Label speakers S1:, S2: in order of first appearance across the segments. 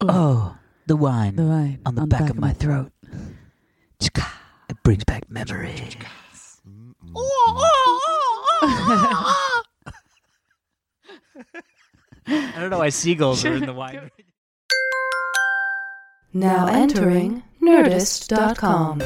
S1: Oh, the wine
S2: The wine
S1: on the back, of my throat. It brings back memories. Mm-hmm. I don't know why seagulls are in the wine.
S3: Now entering Nerdist.com.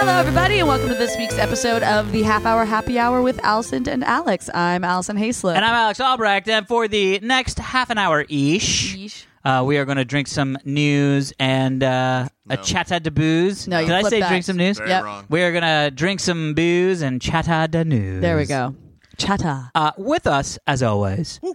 S2: Hello, everybody, and welcome to this week's episode of the Half Hour Happy Hour with Allison and Alex. I'm Allison Hayslip.
S1: and I'm Alex Albrecht, and for the next half an hour ish,
S2: Yeesh.
S1: uh, we are going to drink some news and uh, a
S4: No.
S1: chatta de booze.
S2: No, you
S1: Did I
S2: flipped
S1: say
S2: that.
S1: drink some news?
S4: Very
S2: Yep.
S4: wrong.
S1: We are going to drink some booze and chatta de news.
S2: There we go. Chata.
S1: Uh, with us, as always, the,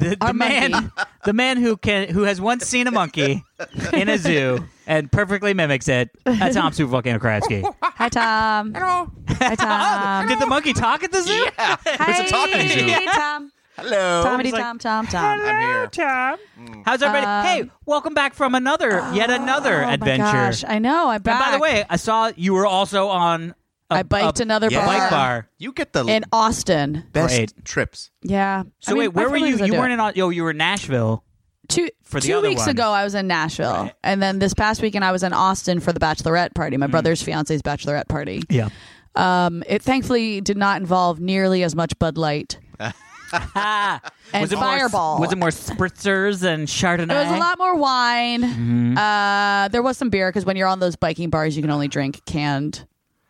S1: the
S2: Our
S1: man,
S2: monkey.
S1: the man who can, who has once seen a monkey in a zoo and perfectly mimics it. That's Tom Super Volcano Kratsky.
S2: Hi, Tom. Hello. Hi, Tom.
S1: Um, Did the monkey talk at the zoo?
S4: Yeah.
S2: Hi,
S4: It's a talking zoo.
S2: Tom.
S4: Hello.
S2: Tommy,
S1: Oh, like-
S2: Tom, Tom, Oh Tom.
S4: I'm here.
S1: Tom. How's everybody?
S2: Um,
S1: hey, welcome back from another, yet another
S2: oh
S1: adventure.
S2: My gosh, I know. I'm
S1: And
S2: back.
S1: by the way, I saw you were also on. a-
S2: I biked
S1: a-
S2: another
S4: Yeah.
S1: a
S2: bar,
S1: bike bar.
S4: You get the
S2: in Austin.
S4: best
S1: Great.
S4: trips.
S2: Yeah.
S1: So
S2: I mean,
S1: wait,
S2: my
S1: where were
S2: family
S1: you?
S2: doesn't
S1: You
S2: do
S1: weren't
S2: it.
S1: in. Au- Yo, you were in Nashville.
S2: two
S1: for the
S2: two
S1: other
S2: weeks
S1: one.
S2: ago. I was in Nashville,
S1: Right. Hmm.
S2: and then this past weekend I was in Austin for the bachelorette party, my brother's fiance's bachelorette party.
S1: Yeah.
S2: Um, it thankfully did not involve nearly as much Bud Light and
S1: Ah, was it
S2: Fireball.
S1: More, was it more spritzers and Chardonnay?
S2: There was a lot more wine. Uh, there was some beer because when you're on those biking bars, you can only drink canned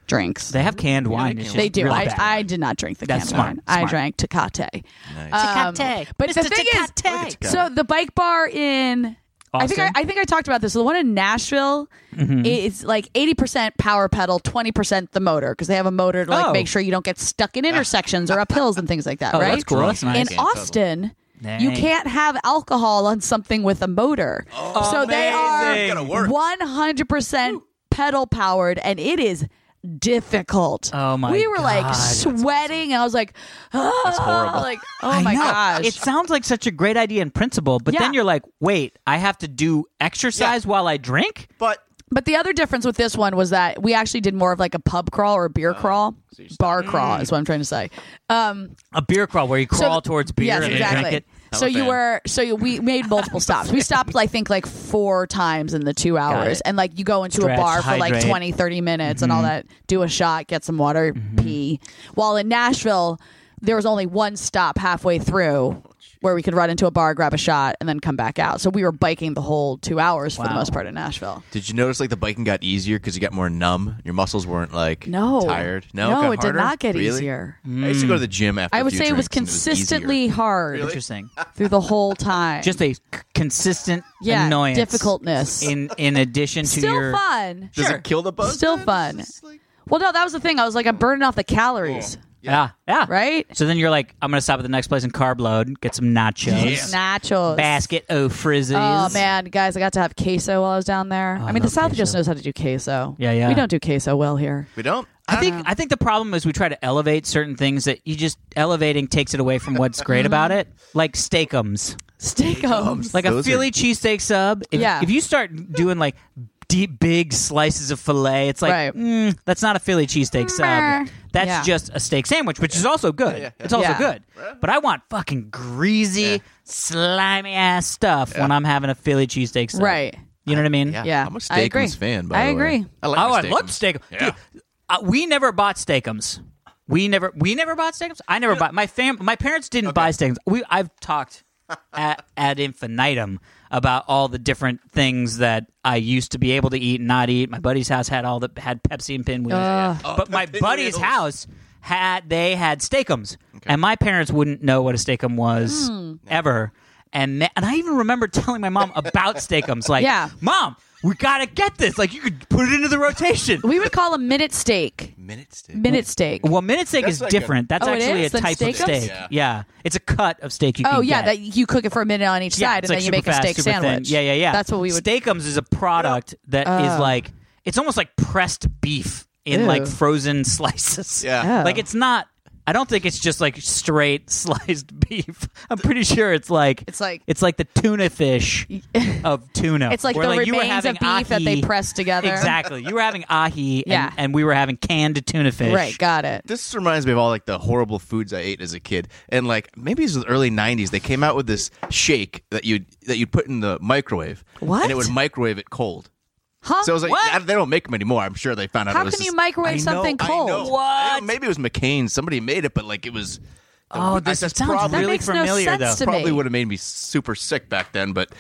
S2: drinks.
S1: They have canned wine. It's just
S2: They do.
S1: really
S2: I,
S1: bad.
S2: I did not drink the
S1: That's
S2: canned
S1: smart,
S2: wine. I
S1: smart.
S2: drank Tecate. Um, but the thing
S1: Tecate.
S2: is, so the bike bar in I think I,
S1: Austin? Mm-hmm.
S2: I think I talked about this. So the one in Nashville is like eighty percent power pedal, twenty percent the motor because they have a motor to like
S1: Oh.
S2: make sure you don't get stuck in intersections or up hills and things like that.
S1: Oh,
S2: right?
S1: that's cool. That's
S2: In
S1: nice.
S4: Can't pedal.
S2: Austin. You
S1: Dang.
S2: can't have alcohol on something with a motor.
S1: Oh.
S2: so they
S1: amazing.
S2: are
S4: Gotta work.
S2: 100% pedal powered and it is difficult.
S1: Oh, my
S2: We were
S1: God.
S2: like sweating and I was like, oh,
S4: horrible.
S2: like, oh
S1: I
S2: my
S1: know.
S2: gosh.
S1: It sounds like such a great idea in principle, but then
S2: Yeah.
S1: you're like, wait, I have to do exercise while I drink?
S4: But
S2: But the other difference with this one was that we actually did more of like a pub crawl or a
S1: Oh,
S2: beer crawl. Bar crawl
S1: Mm.
S2: is what I'm trying to say. Um,
S1: A beer crawl where you crawl towards beer
S2: yes,
S1: and then
S2: exactly.
S1: drink it.
S2: So you
S4: Elephant.
S2: were so you, we made multiple stops. We stopped I think like four times in the 2 hours
S1: it.
S2: and like you go into
S1: Stretch,
S2: a bar for like
S1: hydrate.
S2: 20 30 minutes and all that, do a shot, get some water, pee. While in Nashville, there was only one stop halfway through where we could run into a bar, grab a shot and then come back out. So we were biking the whole 2 hours for the
S1: Wow.
S2: most part in Nashville.
S4: did you notice like the biking got easier because you got more numb? Your muscles weren't like
S2: No.
S4: tired. No,
S2: No,
S4: got
S2: it did
S4: harder?
S2: not get
S4: Really?
S2: easier.
S4: I used to go to the gym after.
S2: I
S4: a
S2: would
S4: few
S2: say it was
S4: drinks and easier.
S2: consistently hard
S1: Interesting.
S2: through the whole time.
S1: Just a c- consistent
S2: yeah,
S1: annoyance.
S2: difficultness.
S1: In in addition to
S2: Still
S1: your
S2: fun.
S4: Does it kill the buzz?
S2: Still
S4: then?
S2: fun.
S4: It's just like-
S2: Well, no, that was the thing. I was like, I'm burning off the calories,
S1: yeah. yeah.
S2: right?
S1: So then you're like, I'm gonna stop at the next place and carb load, get some nachos.
S4: Yeah.
S2: Nachos.
S1: Basket o frizzies.
S2: Oh man, guys, I got to have queso while I was down there. I mean, the
S1: Oh, love
S2: South
S1: queso.
S2: just knows how to do queso.
S1: Yeah, yeah.
S2: We don't do queso well here.
S4: We don't.
S1: I think I think the problem is we try to elevate certain things that you just elevating takes it away from what's great about
S2: Mm-hmm.
S1: it, like steakums,
S2: Steakums.
S1: like
S4: Those
S1: a
S4: are-
S1: Philly cheesesteak sub. If,
S2: Yeah.
S1: if you start doing like deep big slices of fillet, it's like
S2: Right.
S1: mm, that's not a Philly cheesesteak
S2: Meh.
S1: sub. That's
S2: Yeah.
S1: just a steak sandwich, which is also good. It's also
S2: Yeah.
S1: good. But I want fucking greasy, slimy ass stuff when I'm having a Philly cheesesteak sub.
S2: Right.
S1: You know what I mean?
S4: Yeah,
S2: Yeah,
S4: I'm a
S2: I agree.
S4: Steakums fan.
S2: I
S4: By the way.
S2: agree.
S4: I like
S1: oh,
S4: my
S1: I love
S4: Steakums.
S1: steak.
S4: Yeah.
S1: Dude, uh, we never bought steakums. We never we never bought steakums. I never bought my fam my parents didn't buy steakums. We I've talked at, ad infinitum about all the different things that I used to be able to eat and not eat. My buddy's house had all the had Pepsi and pinwheels. but my buddy's house had they had steakums. And my parents wouldn't know what a steakum was ever. And, ma- and I even remember telling my mom about steakums. Like,
S2: Yeah.
S1: mom, we gotta get this. Like you could put it into the rotation.
S2: We would call a minute steak.
S4: Minute steak.
S2: Minute steak.
S1: Well, minute steak
S4: That's
S1: is
S4: like
S1: different. That's
S2: Oh, it
S1: actually
S2: is?
S1: a
S2: Than
S1: type of
S2: steakums?
S1: steak. Yeah.
S4: Yeah.
S1: it's a cut of steak you
S2: Oh
S1: can
S2: yeah,
S1: get.
S2: that you cook it for a minute on each
S1: yeah,
S2: side,
S1: it's
S2: and
S1: like
S2: then you
S1: super
S2: make
S1: fast,
S2: a steak
S1: super thin.
S2: sandwich.
S1: Yeah, yeah, yeah.
S2: That's what we would. Oh.
S1: Steakums is a product that is like it's almost like pressed beef in
S2: Ew. Oh.
S1: like frozen slices.
S4: Yeah.
S1: like it's not I don't think it's just like straight sliced beef. I'm pretty sure it's like
S2: It's like-
S1: it's like the tuna fish of tuna.
S2: It's like
S1: Where,
S2: the
S1: you were
S2: remains of
S1: having
S2: beef that they
S1: ahi-
S2: press together.
S1: Exactly. You were having ahi, and,
S2: Yeah.
S1: and we were having canned tuna fish.
S2: Right, got it.
S4: This reminds me of all like the horrible foods I ate as a kid, and like maybe it was the early '90s. They came out with this shake that you that you put in the microwave,
S2: What?
S4: and it would microwave it cold.
S2: Huh?
S4: So I was like,
S1: What?
S4: I- they don't make them anymore. I'm sure they found out.
S2: How
S4: it was
S2: can you
S4: just-
S2: microwave
S4: I know,
S2: something
S4: I
S2: cold?
S4: know.
S1: What?
S4: I know, maybe it was McCain. Somebody made it, but like it was.
S1: Oh,
S4: I-
S1: this
S4: that's
S1: sounds
S4: probably,
S1: really
S2: makes no
S1: familiar
S2: sense
S1: though.
S2: to me.
S4: probably would have made me super sick back then. But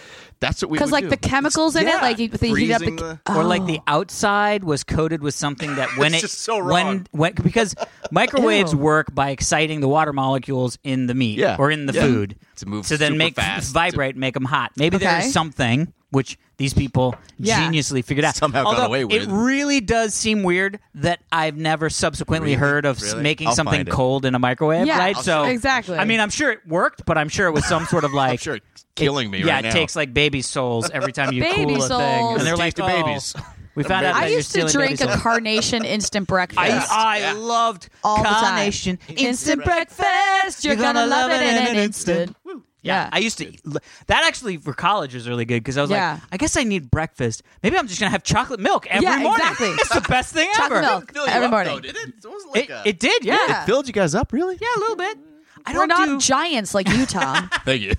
S4: that's what we
S2: Because
S4: would
S2: like
S4: do.
S2: the chemicals in
S4: yeah,
S2: it, like you, they heat up the, uh,
S4: freezing the-
S1: or like the
S2: Oh.
S1: outside was coated with something that when
S4: It's
S1: it
S4: just so
S1: when
S4: wrong.
S1: when because microwaves
S2: Ew.
S1: work by exciting the water molecules in the meat
S4: Yeah.
S1: or in the
S4: Yeah.
S1: food
S4: To move
S1: so then
S4: super
S1: make
S4: fast.
S1: vibrate make them hot maybe
S2: Okay.
S1: there's something which these people
S2: Yeah.
S1: geniusely figured out
S4: Somehow got
S1: Although
S4: away with.
S1: it really does seem weird that I've never subsequently
S4: Really?
S1: heard of s-
S4: Really?
S1: making
S4: I'll
S1: something
S4: find it.
S1: cold in a microwave
S2: Yeah,
S1: right
S2: I'll
S1: so
S2: show you. Exactly.
S1: I mean I'm sure it worked but I'm sure it was some sort of like
S4: I'm sure it's killing me
S1: yeah,
S4: right
S1: it
S4: now.
S1: takes like baby souls every time you
S2: Baby
S1: cool a thing,
S2: souls.
S1: and they're
S4: Tasty
S1: like, oh,
S4: babies.
S1: We found out
S4: I
S1: that
S2: I
S1: you're
S2: used to
S1: stealing
S2: drink
S1: baby
S2: a
S1: souls.
S2: carnation instant breakfast.
S1: I, I
S4: Yeah.
S1: loved
S2: all the time.
S1: carnation
S2: Instant breakfast. You're gonna love it in an instant.
S1: Yeah, I used to. That actually for college was really good because I was
S2: Yeah.
S1: like, I guess I need breakfast. Maybe I'm just gonna have chocolate milk every
S2: Yeah,
S1: morning.
S2: exactly.
S1: it's the best thing
S2: Chocolate
S1: ever.
S2: milk
S4: Fill you
S2: every
S4: up,
S2: morning.
S4: though, did it? It wasn't like
S1: It,
S4: a-
S1: it did, yeah.
S2: Yeah.
S4: filled you guys up, really?
S1: yeah, a little bit. I
S2: We're
S1: don't
S2: not
S1: do.
S2: giants like you, Tom.
S4: Thank you.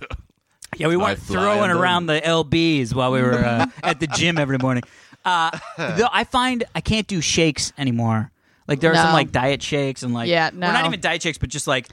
S1: yeah, we weren't
S4: I fly
S1: throwing
S4: under.
S1: around the lbs while we were uh, at the gym every morning. Uh, though I find I can't do shakes anymore. Like there are
S2: No.
S1: some like diet shakes and like
S2: Yeah,
S1: or not
S2: no.
S1: even diet shakes, but just like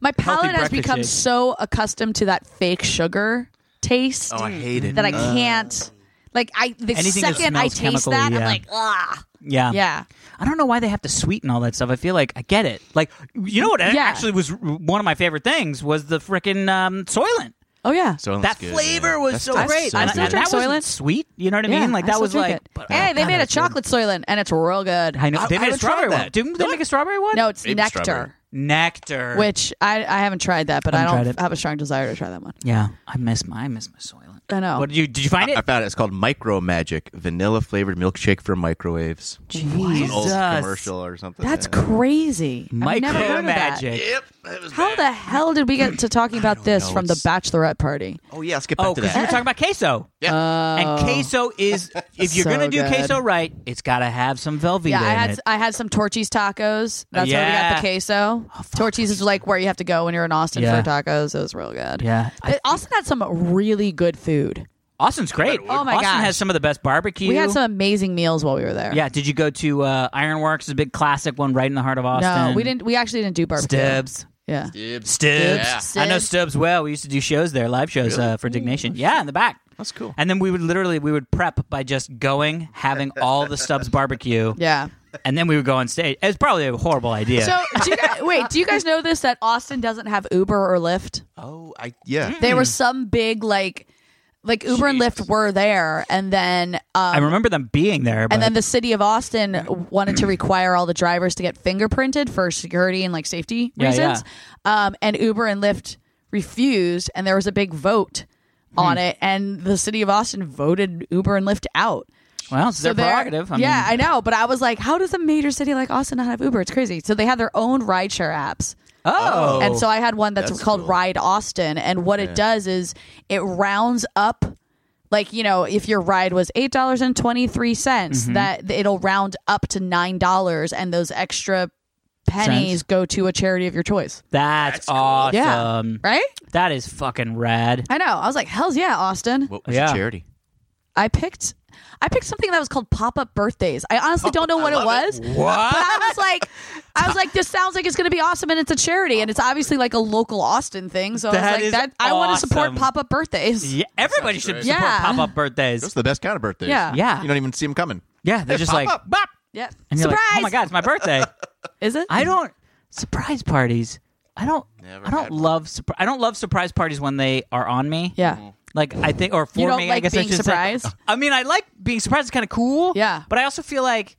S2: My palate has
S1: breakfast
S2: become
S1: shakes.
S2: so accustomed to that fake sugar taste
S4: Oh, I hate it.
S2: that I can't. Like I, the
S1: Anything that
S2: second I
S1: smells
S2: taste
S1: chemically,
S2: that, I'm
S1: yeah.
S2: like, ah,
S1: yeah,
S2: yeah.
S1: I don't know why they have to sweeten all that stuff. I feel like I get it. Like you know what
S2: Yeah.
S1: actually was r- one of my favorite things was the frickin' um, Soylent.
S2: Oh yeah.
S4: So
S1: that
S4: that's good,
S1: flavor
S4: yeah.
S1: was
S4: That's
S1: so
S4: delicious.
S1: great.
S2: I
S1: and,
S2: still
S1: and
S2: drink
S1: that wasn't
S2: Soylent.
S1: sweet. You know what I mean?
S2: Yeah,
S1: like
S2: I
S1: that
S2: still
S1: was
S2: drink
S1: like
S2: it. hey, they
S1: God,
S2: made a
S1: that's good.
S2: chocolate soylent and it's real good.
S1: I know
S4: I-
S1: they
S4: I
S1: made a
S4: haven't tried
S1: strawberry one.
S4: that.
S1: Didn't they make a strawberry one?
S2: No, it's
S4: Maybe
S2: nectar,
S4: strawberry.
S1: nectar.
S2: which I, I haven't tried that, but I,
S1: Haven't
S2: don't
S1: tried it.
S2: have a strong desire to try that one.
S1: yeah, I miss my I miss my Soylent.
S2: I know.
S1: What did you did you find
S4: I
S1: it?
S4: found it. It's called Micro Magic Vanilla Flavored Milkshake for Microwaves. An old commercial or something.
S2: That's
S4: yeah.
S2: crazy. I've never heard
S1: Micro
S2: of that.
S1: magic.
S4: Yep. That was
S2: How
S4: bad.
S2: the hell did we get to talking about this
S4: know.
S2: from the
S4: It's-
S2: bachelorette party?
S4: Oh, yeah. Let's get back
S1: Oh,
S4: to
S1: because you were
S4: that.
S1: talking about queso.
S4: Yeah.
S1: and queso is if you're
S2: Oh. So
S1: gonna do
S2: good.
S1: queso right, it's gotta have some Velveeta
S2: Yeah, I
S1: in
S2: had
S1: it.
S2: I had some Torchy's tacos. That's where we got
S1: Yeah.
S2: the queso. Oh, Torchy's is like where you have to go when you're in Austin
S1: Yeah.
S2: for tacos. It was real good.
S1: Yeah.
S2: It also had some really good food.
S1: Austin's great.
S2: Oh my
S1: Austin
S2: gosh.
S1: has some of the best barbecue.
S2: We had some amazing meals while we were there.
S1: Yeah, did you go to uh, Ironworks? A big classic one right in the heart of Austin.
S2: No, we didn't. We actually didn't do barbecue.
S1: Stubbs.
S2: Yeah.
S1: Stubbs.
S2: Stubbs.
S1: I know Stubbs well. We used to do shows there, live shows uh, for Dignation. Yeah, in the back.
S4: That's cool.
S1: And then we would literally we would prep by just going, having all the Stubbs barbecue,
S2: Yeah.
S1: and then we would go on stage. It's probably a horrible idea.
S2: So, do you guys, wait, do you guys know this that Austin doesn't have Uber or Lyft?
S4: Oh, I yeah.
S2: There
S1: Hmm.
S2: were some big like like Uber and Lyft were there and then
S1: I
S2: um,
S1: remember them being there, but
S2: and then the city of Austin wanted to require all the drivers to get fingerprinted for security and like safety
S1: Yeah,
S2: reasons. Um, and Uber and Lyft refused and there was a big vote on
S1: Hmm.
S2: it and the city of Austin voted Uber and Lyft out.
S1: well, it's their
S2: they're-
S1: prerogative. I
S2: yeah,
S1: mean,
S2: I know, but I was like, how does a major city like Austin not have Uber? It's crazy. So they had their own rideshare apps.
S1: oh,
S2: And so I had one that's,
S4: That's
S2: called
S4: cool.
S2: Ride Austin. And what it does is it rounds up, like, you know, if your ride was $8.23, cents,
S1: Mm-hmm.
S2: that it'll round up to $9 and those extra pennies
S1: Cents.
S2: go to a charity of your choice.
S1: that's, awesome.
S2: Yeah. Right?
S1: That is fucking rad.
S2: I know. I was like, hell's yeah, Austin.
S4: What was
S1: Yeah.
S4: your charity?
S2: I picked. I picked something that was called pop up birthdays. I honestly don't know what it was,
S1: What?
S2: but I was like, I was like, this sounds like it's going to be awesome, and it's a charity, and it's obviously like a local Austin thing. So I
S1: That
S2: was like,
S1: is
S2: that I want to support
S1: awesome.
S2: pop up birthdays.
S1: Yeah, everybody should
S4: great.
S1: support
S2: Yeah.
S1: pop-up birthdays.
S4: Those are the best kind of birthdays.
S2: Yeah.
S1: Yeah.
S4: You don't even see them coming.
S1: Yeah, they're just like,
S4: up.
S1: bop.
S2: Yep.
S1: And you're
S2: Surprise!
S1: like, oh my God, it's my birthday.
S2: Is it?
S1: I don't, surprise parties. I don't,
S4: Never
S1: I
S4: had
S1: don't
S4: one.
S1: love, surpri- I don't love surprise parties when they are on me.
S2: yeah.
S1: Like, I think, or for
S2: don't
S1: me, I
S2: like
S1: guess
S2: being
S1: I should
S2: surprised?
S1: say. I mean, I like being surprised. It's kind of cool.
S2: Yeah.
S1: But I also feel like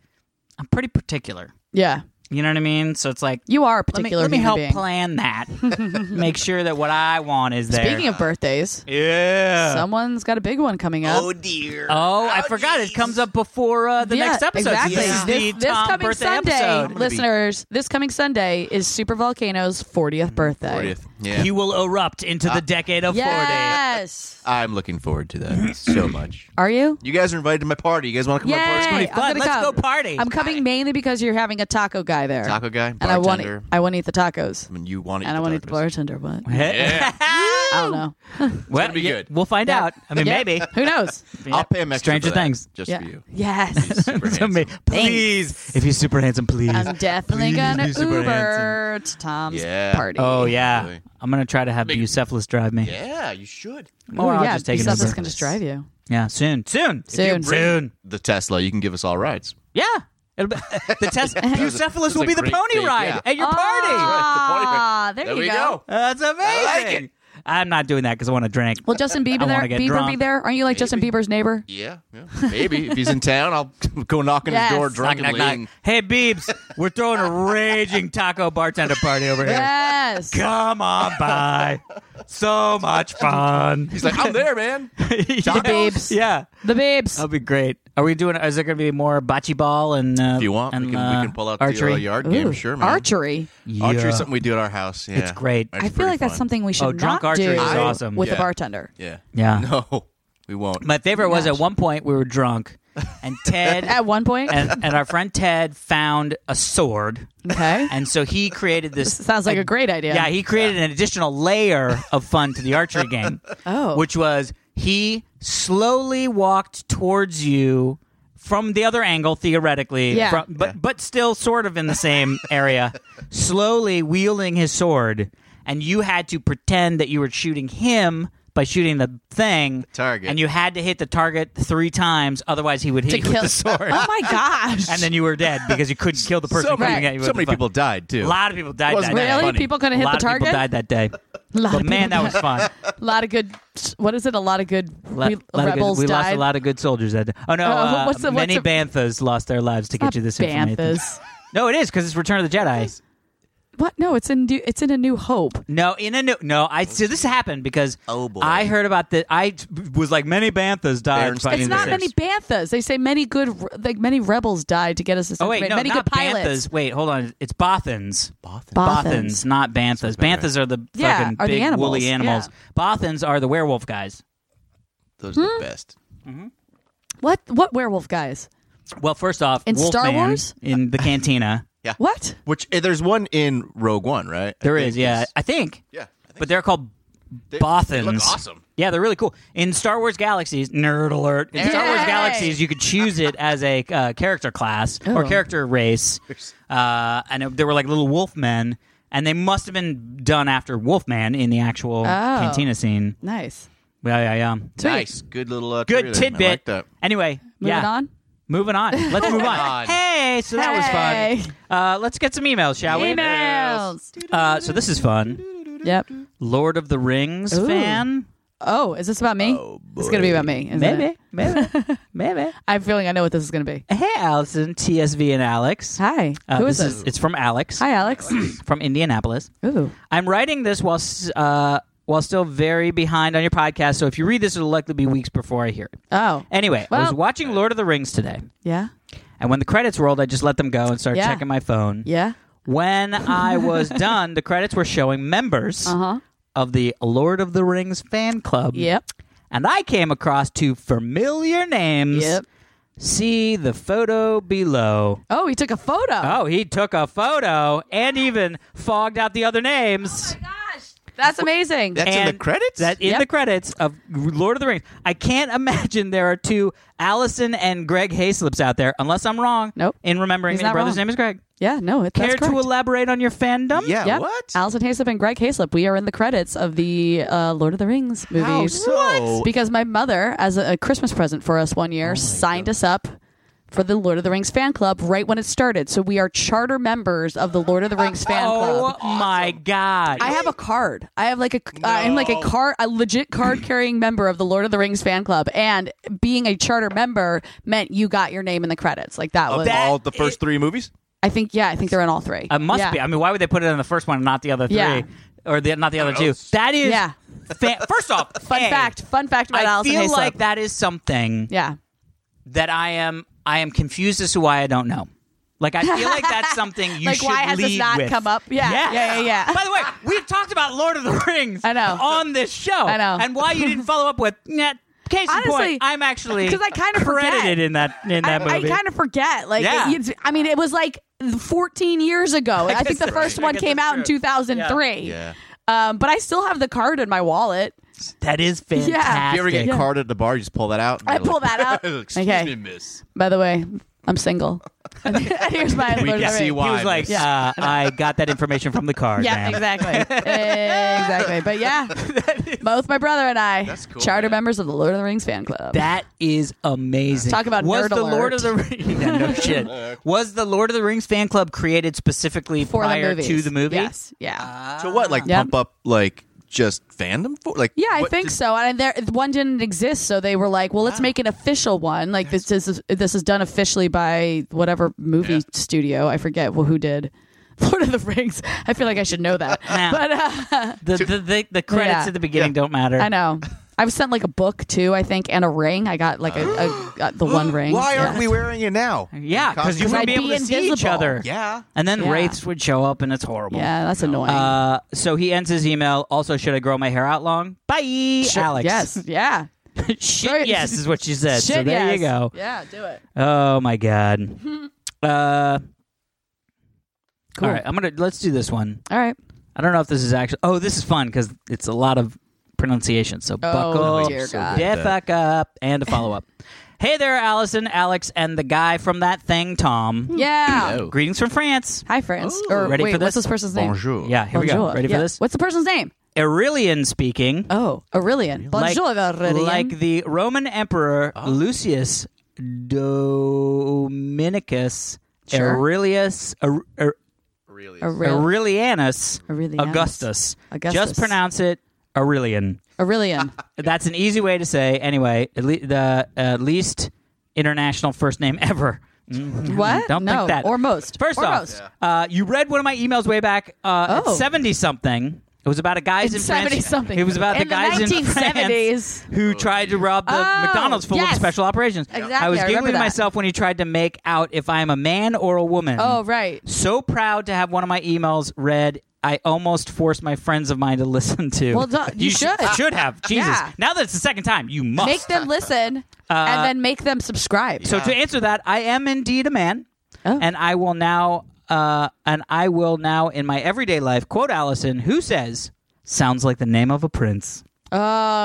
S1: I'm pretty particular.
S2: Yeah.
S1: You know what I mean? So it's like
S2: You are a
S1: let me,
S2: particular
S1: let me
S2: human
S1: help
S2: being.
S1: plan that. Make sure that what I want is there.
S2: Speaking of birthdays,
S1: yeah.
S2: someone's got a big one coming up.
S5: Oh dear.
S1: Oh, I forgot it comes up before uh, the
S2: Yeah,
S1: next episode.
S2: Exactly.
S1: This is the
S2: This, this
S1: Tom
S2: coming
S1: birthday
S2: Sunday,
S1: episode.
S2: listeners, this coming Sunday is Super Volcano's
S1: Mm,
S2: 40th birthday.
S4: 40th. Yeah.
S1: He will erupt into the decade of
S2: Yes.
S4: I'm looking forward to that so much.
S2: Are you?
S4: You guys are invited to my party. You guys want to come to my party? It's gonna
S1: 40.
S2: Yay.
S4: be
S2: I'm
S1: Fun.
S2: gonna
S1: Let's
S2: come.
S1: go party.
S2: I'm coming mainly because you're having a taco guy there.
S4: Taco guy,
S2: And I want
S4: bartender.
S2: I want to eat the tacos.
S4: when you want to.
S2: And I
S4: eat
S2: want to
S4: the
S2: eat the
S4: tacos.
S2: bartender. What?
S4: Yeah.
S2: I don't know.
S1: well,
S4: be
S1: yeah,
S4: good.
S1: We'll find
S2: Yeah.
S1: out. I mean,
S2: Yeah.
S1: maybe.
S2: Who knows?
S1: Yeah.
S4: I'll pay him extra.
S1: Stranger
S4: for that,
S1: Things.
S4: just
S2: yeah.
S4: for you.
S2: Yes.
S4: Super
S1: It's ama-
S4: handsome.
S1: please, if he's super handsome, please.
S2: I'm definitely
S4: Please
S2: gonna
S4: be super
S2: Uber
S4: handsome.
S2: to Tom's
S4: Yeah.
S2: party.
S1: oh yeah,
S4: Really?
S1: I'm gonna try to have Bucephalus drive me.
S4: Yeah, you should.
S1: Or
S2: Ooh,
S1: I'll
S2: yeah,
S1: just take an
S2: Bucephalus
S1: Uber.
S2: can just drive you.
S1: Yeah, soon, soon,
S2: Soon.
S1: soon.
S4: The Tesla, you can give us all rides.
S1: Yeah. It'll be, the test.
S4: that's
S1: Bucephalus
S4: a
S1: will be the
S4: great
S1: pony
S4: date,
S1: ride
S4: yeah.
S1: at your party.
S2: Ah, there,
S4: There
S2: you
S4: we
S2: go.
S4: go.
S1: That's amazing.
S4: I like it.
S1: am not doing that because I want to drink.
S2: Will Justin Bieber
S1: wanna
S2: there?
S1: get
S2: Bieber be
S1: drunk.
S2: there? Aren't you like Justin Bieber's neighbor?
S4: Yeah, yeah. Maybe if he's in town, I'll go knock on
S2: Yes.
S4: his door
S2: Knock,
S1: Knock,
S4: drunkenly.
S1: knock, knock.
S4: and-
S1: Hey, Beebs, we're throwing a raging taco bartender party over here.
S2: Yes.
S1: Come on by. So much fun.
S4: He's like, I'm there, man.
S1: the
S2: babes.
S1: Yeah.
S2: The babes.
S1: That'll be great. Are we doing? Is there going to be more bocce ball and? Uh,
S4: If you want,
S1: and,
S4: we, can,
S1: uh,
S4: we can pull out
S1: archery.
S4: the uh, yard
S2: Ooh,
S4: game. Sure, man.
S2: Archery.
S4: Archery
S1: Yeah.
S4: is something we do at our house. Yeah.
S1: It's great.
S4: It's
S2: I feel
S4: pretty
S2: like that's
S4: fun.
S2: something we should
S1: Oh, drunk
S2: not
S1: archery
S2: do
S1: is awesome.
S2: with a
S4: Yeah.
S2: bartender.
S4: Yeah.
S1: Yeah.
S4: No, we won't.
S1: My favorite was at one point we were drunk, and Ted
S2: At one point,
S1: and, and our friend Ted found a sword,
S2: okay,
S1: and so he created this.
S2: sounds like a great idea.
S1: Yeah, he created an additional layer of fun to the archery game.
S2: Oh.
S1: Which was he slowly walked towards you from the other angle theoretically
S2: Yeah.
S1: from, but but still sort of in the same area slowly wielding his sword and you had to pretend that you were shooting him by shooting the thing
S4: target.
S1: and you had to hit the target 3 times otherwise he would hit you with
S2: kill-
S1: the sword
S2: oh my gosh!
S1: and then you were dead because you couldn't kill the person
S4: So
S1: shooting
S2: many-
S1: at you with
S4: so
S1: the
S4: many
S1: fu-
S4: people died too.
S1: a lot of people died that
S4: Wasn't
S1: day
S4: that
S2: really,
S4: funny.
S2: people couldn't
S1: a
S2: hit
S1: lot
S2: the
S1: of people
S2: target.
S1: died that day.
S2: lot
S1: But
S2: of
S1: man, that
S2: people
S1: was fun.
S2: A lot of good. What is it? A lot of good
S1: Lot- lot
S2: re-
S1: of good-
S2: rebels
S1: we
S2: died.
S1: lost a lot of good soldiers that day. Oh no,
S2: Oh,
S1: uh,
S2: what's the- what's
S1: many
S2: the-
S1: Banthas lost their lives to get you this information.
S2: Banthas.
S1: No, it is because it's Return of the Jedi.
S2: What? No, it's in. It's in a New Hope.
S1: No, in a no, no. I so this happened because
S4: Oh, boy.
S1: I heard about the. I t- was like many Banthas died.
S4: Berenstain
S1: fighting
S2: It's
S4: mean,
S1: the
S2: not
S4: there's-
S1: Sith.
S2: many Banthas. They say many good, like many rebels died to get us this.
S1: Oh wait,
S2: information.
S1: no,
S2: many
S1: not
S2: good pilots.
S1: Banthas. Wait, hold on. It's Bothans.
S2: Bothans.
S1: Bothans, not Banthas. Banthas are the
S2: Yeah,
S1: fucking
S2: are the
S1: big
S2: animals,
S1: woolly animals. Bothans are the werewolf guys.
S4: Those are the best.
S2: What? What werewolf guys?
S1: Well, first off,
S2: In Star
S1: Wolfman
S2: Wars?
S1: in the cantina.
S2: What?
S4: Which eh, there's one in Rogue One, right?
S1: There
S4: I
S1: is,
S4: think
S1: yeah,
S4: it's-
S1: I think.
S4: Yeah, I think
S1: but they're called
S4: They-
S1: Bothans.
S4: they look awesome.
S1: Yeah, they're really cool. In Star Wars Galaxies, nerd alert! In Star Wars
S2: Yay!
S1: Galaxies, you could choose it as a uh, character class or
S2: Oh.
S1: character race, uh, and it, they were like little wolf men, and they must have been done after Wolfman in the
S2: Oh.
S1: actual cantina scene.
S2: Nice.
S1: Yeah, yeah, yeah.
S2: Sweet.
S4: nice, good little uh,
S1: Good
S4: trailer. I like
S1: tidbit.
S4: that.
S1: Anyway,
S2: Moving
S1: yeah.
S2: on.
S1: Moving on. Let's move on.
S4: on.
S1: Hey, so that
S2: Hey.
S1: was fun. Uh, let's get some emails, shall we?
S2: Emails.
S1: Uh, so this is fun.
S2: Yep.
S1: Lord of the Rings
S2: Ooh.
S1: fan.
S2: Oh, is this about me? it's gonna be about me. isn't it?
S1: maybe, maybe.
S2: I'm feeling I know what this is gonna be.
S1: Hey, Allison, TSV, and Alex.
S2: Hi.
S1: Uh,
S2: Who is
S1: this
S2: this?
S1: is- it's from Alex
S2: Hi, Alex.
S1: from Indianapolis.
S2: Ooh.
S1: I'm writing this while s- uh, while still very behind on your podcast, so if you read this, it'll likely be weeks before I hear it.
S2: Oh.
S1: Anyway, I was
S2: Well-
S1: watching Lord of the Rings today,
S2: Yeah.
S1: and when the credits rolled, I just let them go and started
S2: Yeah.
S1: checking my phone.
S2: Yeah.
S1: When I was done, the credits were showing members
S2: Uh huh.
S1: of the Lord of the Rings fan club.
S2: Yep.
S1: And I came across two familiar names.
S2: Yep.
S1: See the photo below.
S2: Oh, he took a photo.
S1: Oh, he took a photo and even fogged out the other names.
S2: Oh gosh, that's amazing.
S4: That's in the
S1: And
S4: credits.
S1: That in
S2: Yep.
S1: the credits of Lord of the Rings. I can't imagine there are two Allison and Greg Hayslips out there, unless I'm wrong.
S2: Nope.
S1: In remembering
S2: He's
S1: that
S2: not
S1: your brother's
S2: wrong.
S1: name is Greg.
S2: yeah. No, it, that's
S1: Care
S2: correct.
S1: to elaborate on your fandom?
S4: yeah,
S2: Yep.
S4: what?
S2: Allison Hayslip and Greg Hayslip. We are in the credits of the uh, Lord of the Rings movies.
S4: How so?
S2: Because my mother, as a, a Christmas present for us one year, signed us up for the Lord of the Rings fan club right when it started. So we are charter members of the Lord of the Rings fan
S1: Oh
S2: club.
S1: my god.
S2: I have a card. I have like a am like a card a legit card carrying member of the Lord of the Rings fan club and being a charter member meant you got your name in the credits. Like Oh, that was
S4: Of all the first three movies.
S2: I think yeah, I think they're in all three.
S1: It must
S2: Yeah.
S1: be. I mean, why would they put it in the first one and not the other three?
S2: Yeah.
S1: Or the, not the other two? That is.
S2: Yeah.
S1: fa- first off,
S2: Fun
S1: A,
S2: fact. Fun fact about
S1: I
S2: Allison
S1: feel
S2: Hayslip.
S1: like that is something
S2: Yeah.
S1: that I am. I am confused as to why I don't know. Like I feel like that's something you
S2: Like,
S1: should
S2: why has this
S1: lead
S2: not
S1: with.
S2: come up? Yeah. Yeah, yeah, yeah.
S1: By the way, we've talked about Lord of the Rings.
S2: I know.
S1: on this show.
S2: I know.
S1: and why you didn't follow up with nah, Case in
S2: Honestly,
S1: point, I'm actually
S2: 'cause I kinda forget.
S1: credited in that in that
S2: I,
S1: movie.
S2: kind of forget. Like,
S1: Yeah.
S2: it- it's- I mean, it was like 14 years ago. I, think
S1: guess
S2: the
S1: that's
S2: first
S1: right. I
S2: one
S1: guess
S2: came
S1: that's
S2: out in
S1: true.
S2: 2003.
S4: Yeah.
S2: Um, but I still have the card in my wallet.
S1: that is fantastic.
S2: Yeah.
S4: If you ever get
S2: Yeah.
S4: carded at the bar, you just pull that out. and
S2: I
S4: you're
S2: pull that out.
S4: Excuse
S2: Okay.
S4: me, miss.
S2: By the way, I'm single. And Here's my
S4: We
S2: Lord of
S4: can
S2: the
S4: see
S2: Rings.
S4: why.
S1: He was like,
S4: miss.
S1: uh, I got that information from the card.
S2: Yeah,
S1: man.
S2: exactly. exactly. But yeah, both my brother and I,
S4: That's cool,
S2: charter
S4: man.
S2: members of the Lord of the Rings fan club.
S1: That is amazing.
S2: Talk about
S1: was
S2: nerd
S1: the Lord
S2: alert.
S1: of the Rings? yeah, no shit. Was the Lord of the Rings fan club created specifically
S2: for
S1: prior
S2: the movies.
S1: to the movie? Ah.
S2: Yes. Yeah.
S4: to what? Like
S2: Yep.
S4: pump up like just fandom for like?
S2: yeah, I
S4: what
S2: think
S4: did- Ah.
S2: so. And there, one didn't exist, so they were like, "Well, let's make an official one. Like this is this is done officially by whatever movie
S4: Yeah.
S2: studio. I forget wh- who did Lord of the Rings. I feel like I should know that,
S1: Nah.
S2: but uh,
S1: The, the, the, the credits
S2: Yeah.
S1: at the beginning don't matter.
S2: I know. I was sent like a book too, I think, and a ring. I got like a, a got the one ring.
S4: Why
S2: Yeah.
S4: aren't we wearing it now?
S1: Yeah, because you
S2: Because
S1: wouldn't
S2: I'd
S1: be able
S2: be
S1: to see each
S2: invisible.
S1: other.
S4: Yeah.
S1: And then
S2: Yeah.
S1: wraiths would show up, and it's horrible.
S2: Yeah, that's annoying.
S1: Uh, so he ends his email. Also, should I grow my hair out long? Bye,
S2: Sure.
S1: Alex.
S2: Yes. Yeah.
S1: Shit,
S2: Right.
S1: yes, is what she said. so
S2: Shit,
S1: there
S2: yes.
S1: you go.
S2: Yeah, do it.
S1: Oh my god. uh,
S2: Cool.
S1: All right, I'm gonna let's do this one.
S2: All right.
S1: I don't know if this is actually. Oh, this is fun because it's a lot of pronunciation. So buckle,
S2: Oh, dear God.
S1: the fuck up, and a follow up. hey there, Allison, Alex, and the guy from that thing, Tom.
S2: Yeah.
S4: Oh.
S1: Greetings from France.
S2: Hi, friends. Or
S1: Ready
S2: wait,
S1: for
S2: what's
S1: this?
S2: this person's name?
S4: Bonjour.
S1: Yeah, here we go.
S2: Bonjour.
S1: Ready
S2: Yeah.
S1: for this?
S2: What's the person's name?
S1: Aurelian speaking.
S2: Oh, Aurelian.
S1: like,
S2: Bonjour, Aurelian.
S1: like the Roman Emperor Lucius Dominicus
S2: Sure.
S1: Aurelius Aur- Aur-
S4: Really.
S2: Aurel-
S1: Aurelianus
S2: Aurelianus.
S1: Augustus.
S2: Augustus.
S1: Just pronounce it Aurelian.
S2: Aurelian.
S1: That's an easy way to say. Anyway, at le- the uh, least international first name ever. Mhm.
S2: what?
S1: Don't think
S2: no,
S1: that.
S2: Or most.
S1: First
S2: or
S1: off,
S2: most.
S1: uh, you read one of my emails way back uh,
S2: Oh.
S1: at seventy something. It was about a guys in,
S2: In
S1: France.
S2: 70-something.
S1: It was about
S2: In
S1: the
S2: the
S1: guys in France
S2: 1970s.
S1: who tried to rob the
S2: Oh,
S1: McDonald's full of
S2: yes.
S1: special operations.
S2: Exactly,
S1: I was
S2: I remember
S1: giggling to
S2: that.
S1: myself when he tried to make out if I am a man or a woman.
S2: Oh, right.
S1: So proud to have one of my emails read. I almost forced my friends of mine to listen to.
S2: Well, duh, you should.
S1: should have. Jesus.
S2: Yeah.
S1: Now that it's the second time, you must.
S2: Make them listen and then make them subscribe.
S1: Uh, So to answer that, I am indeed a man,
S2: Oh.
S1: and I will now, uh, and I will now in my everyday life quote Allison, who says, "Sounds like the name of a prince."
S2: oh,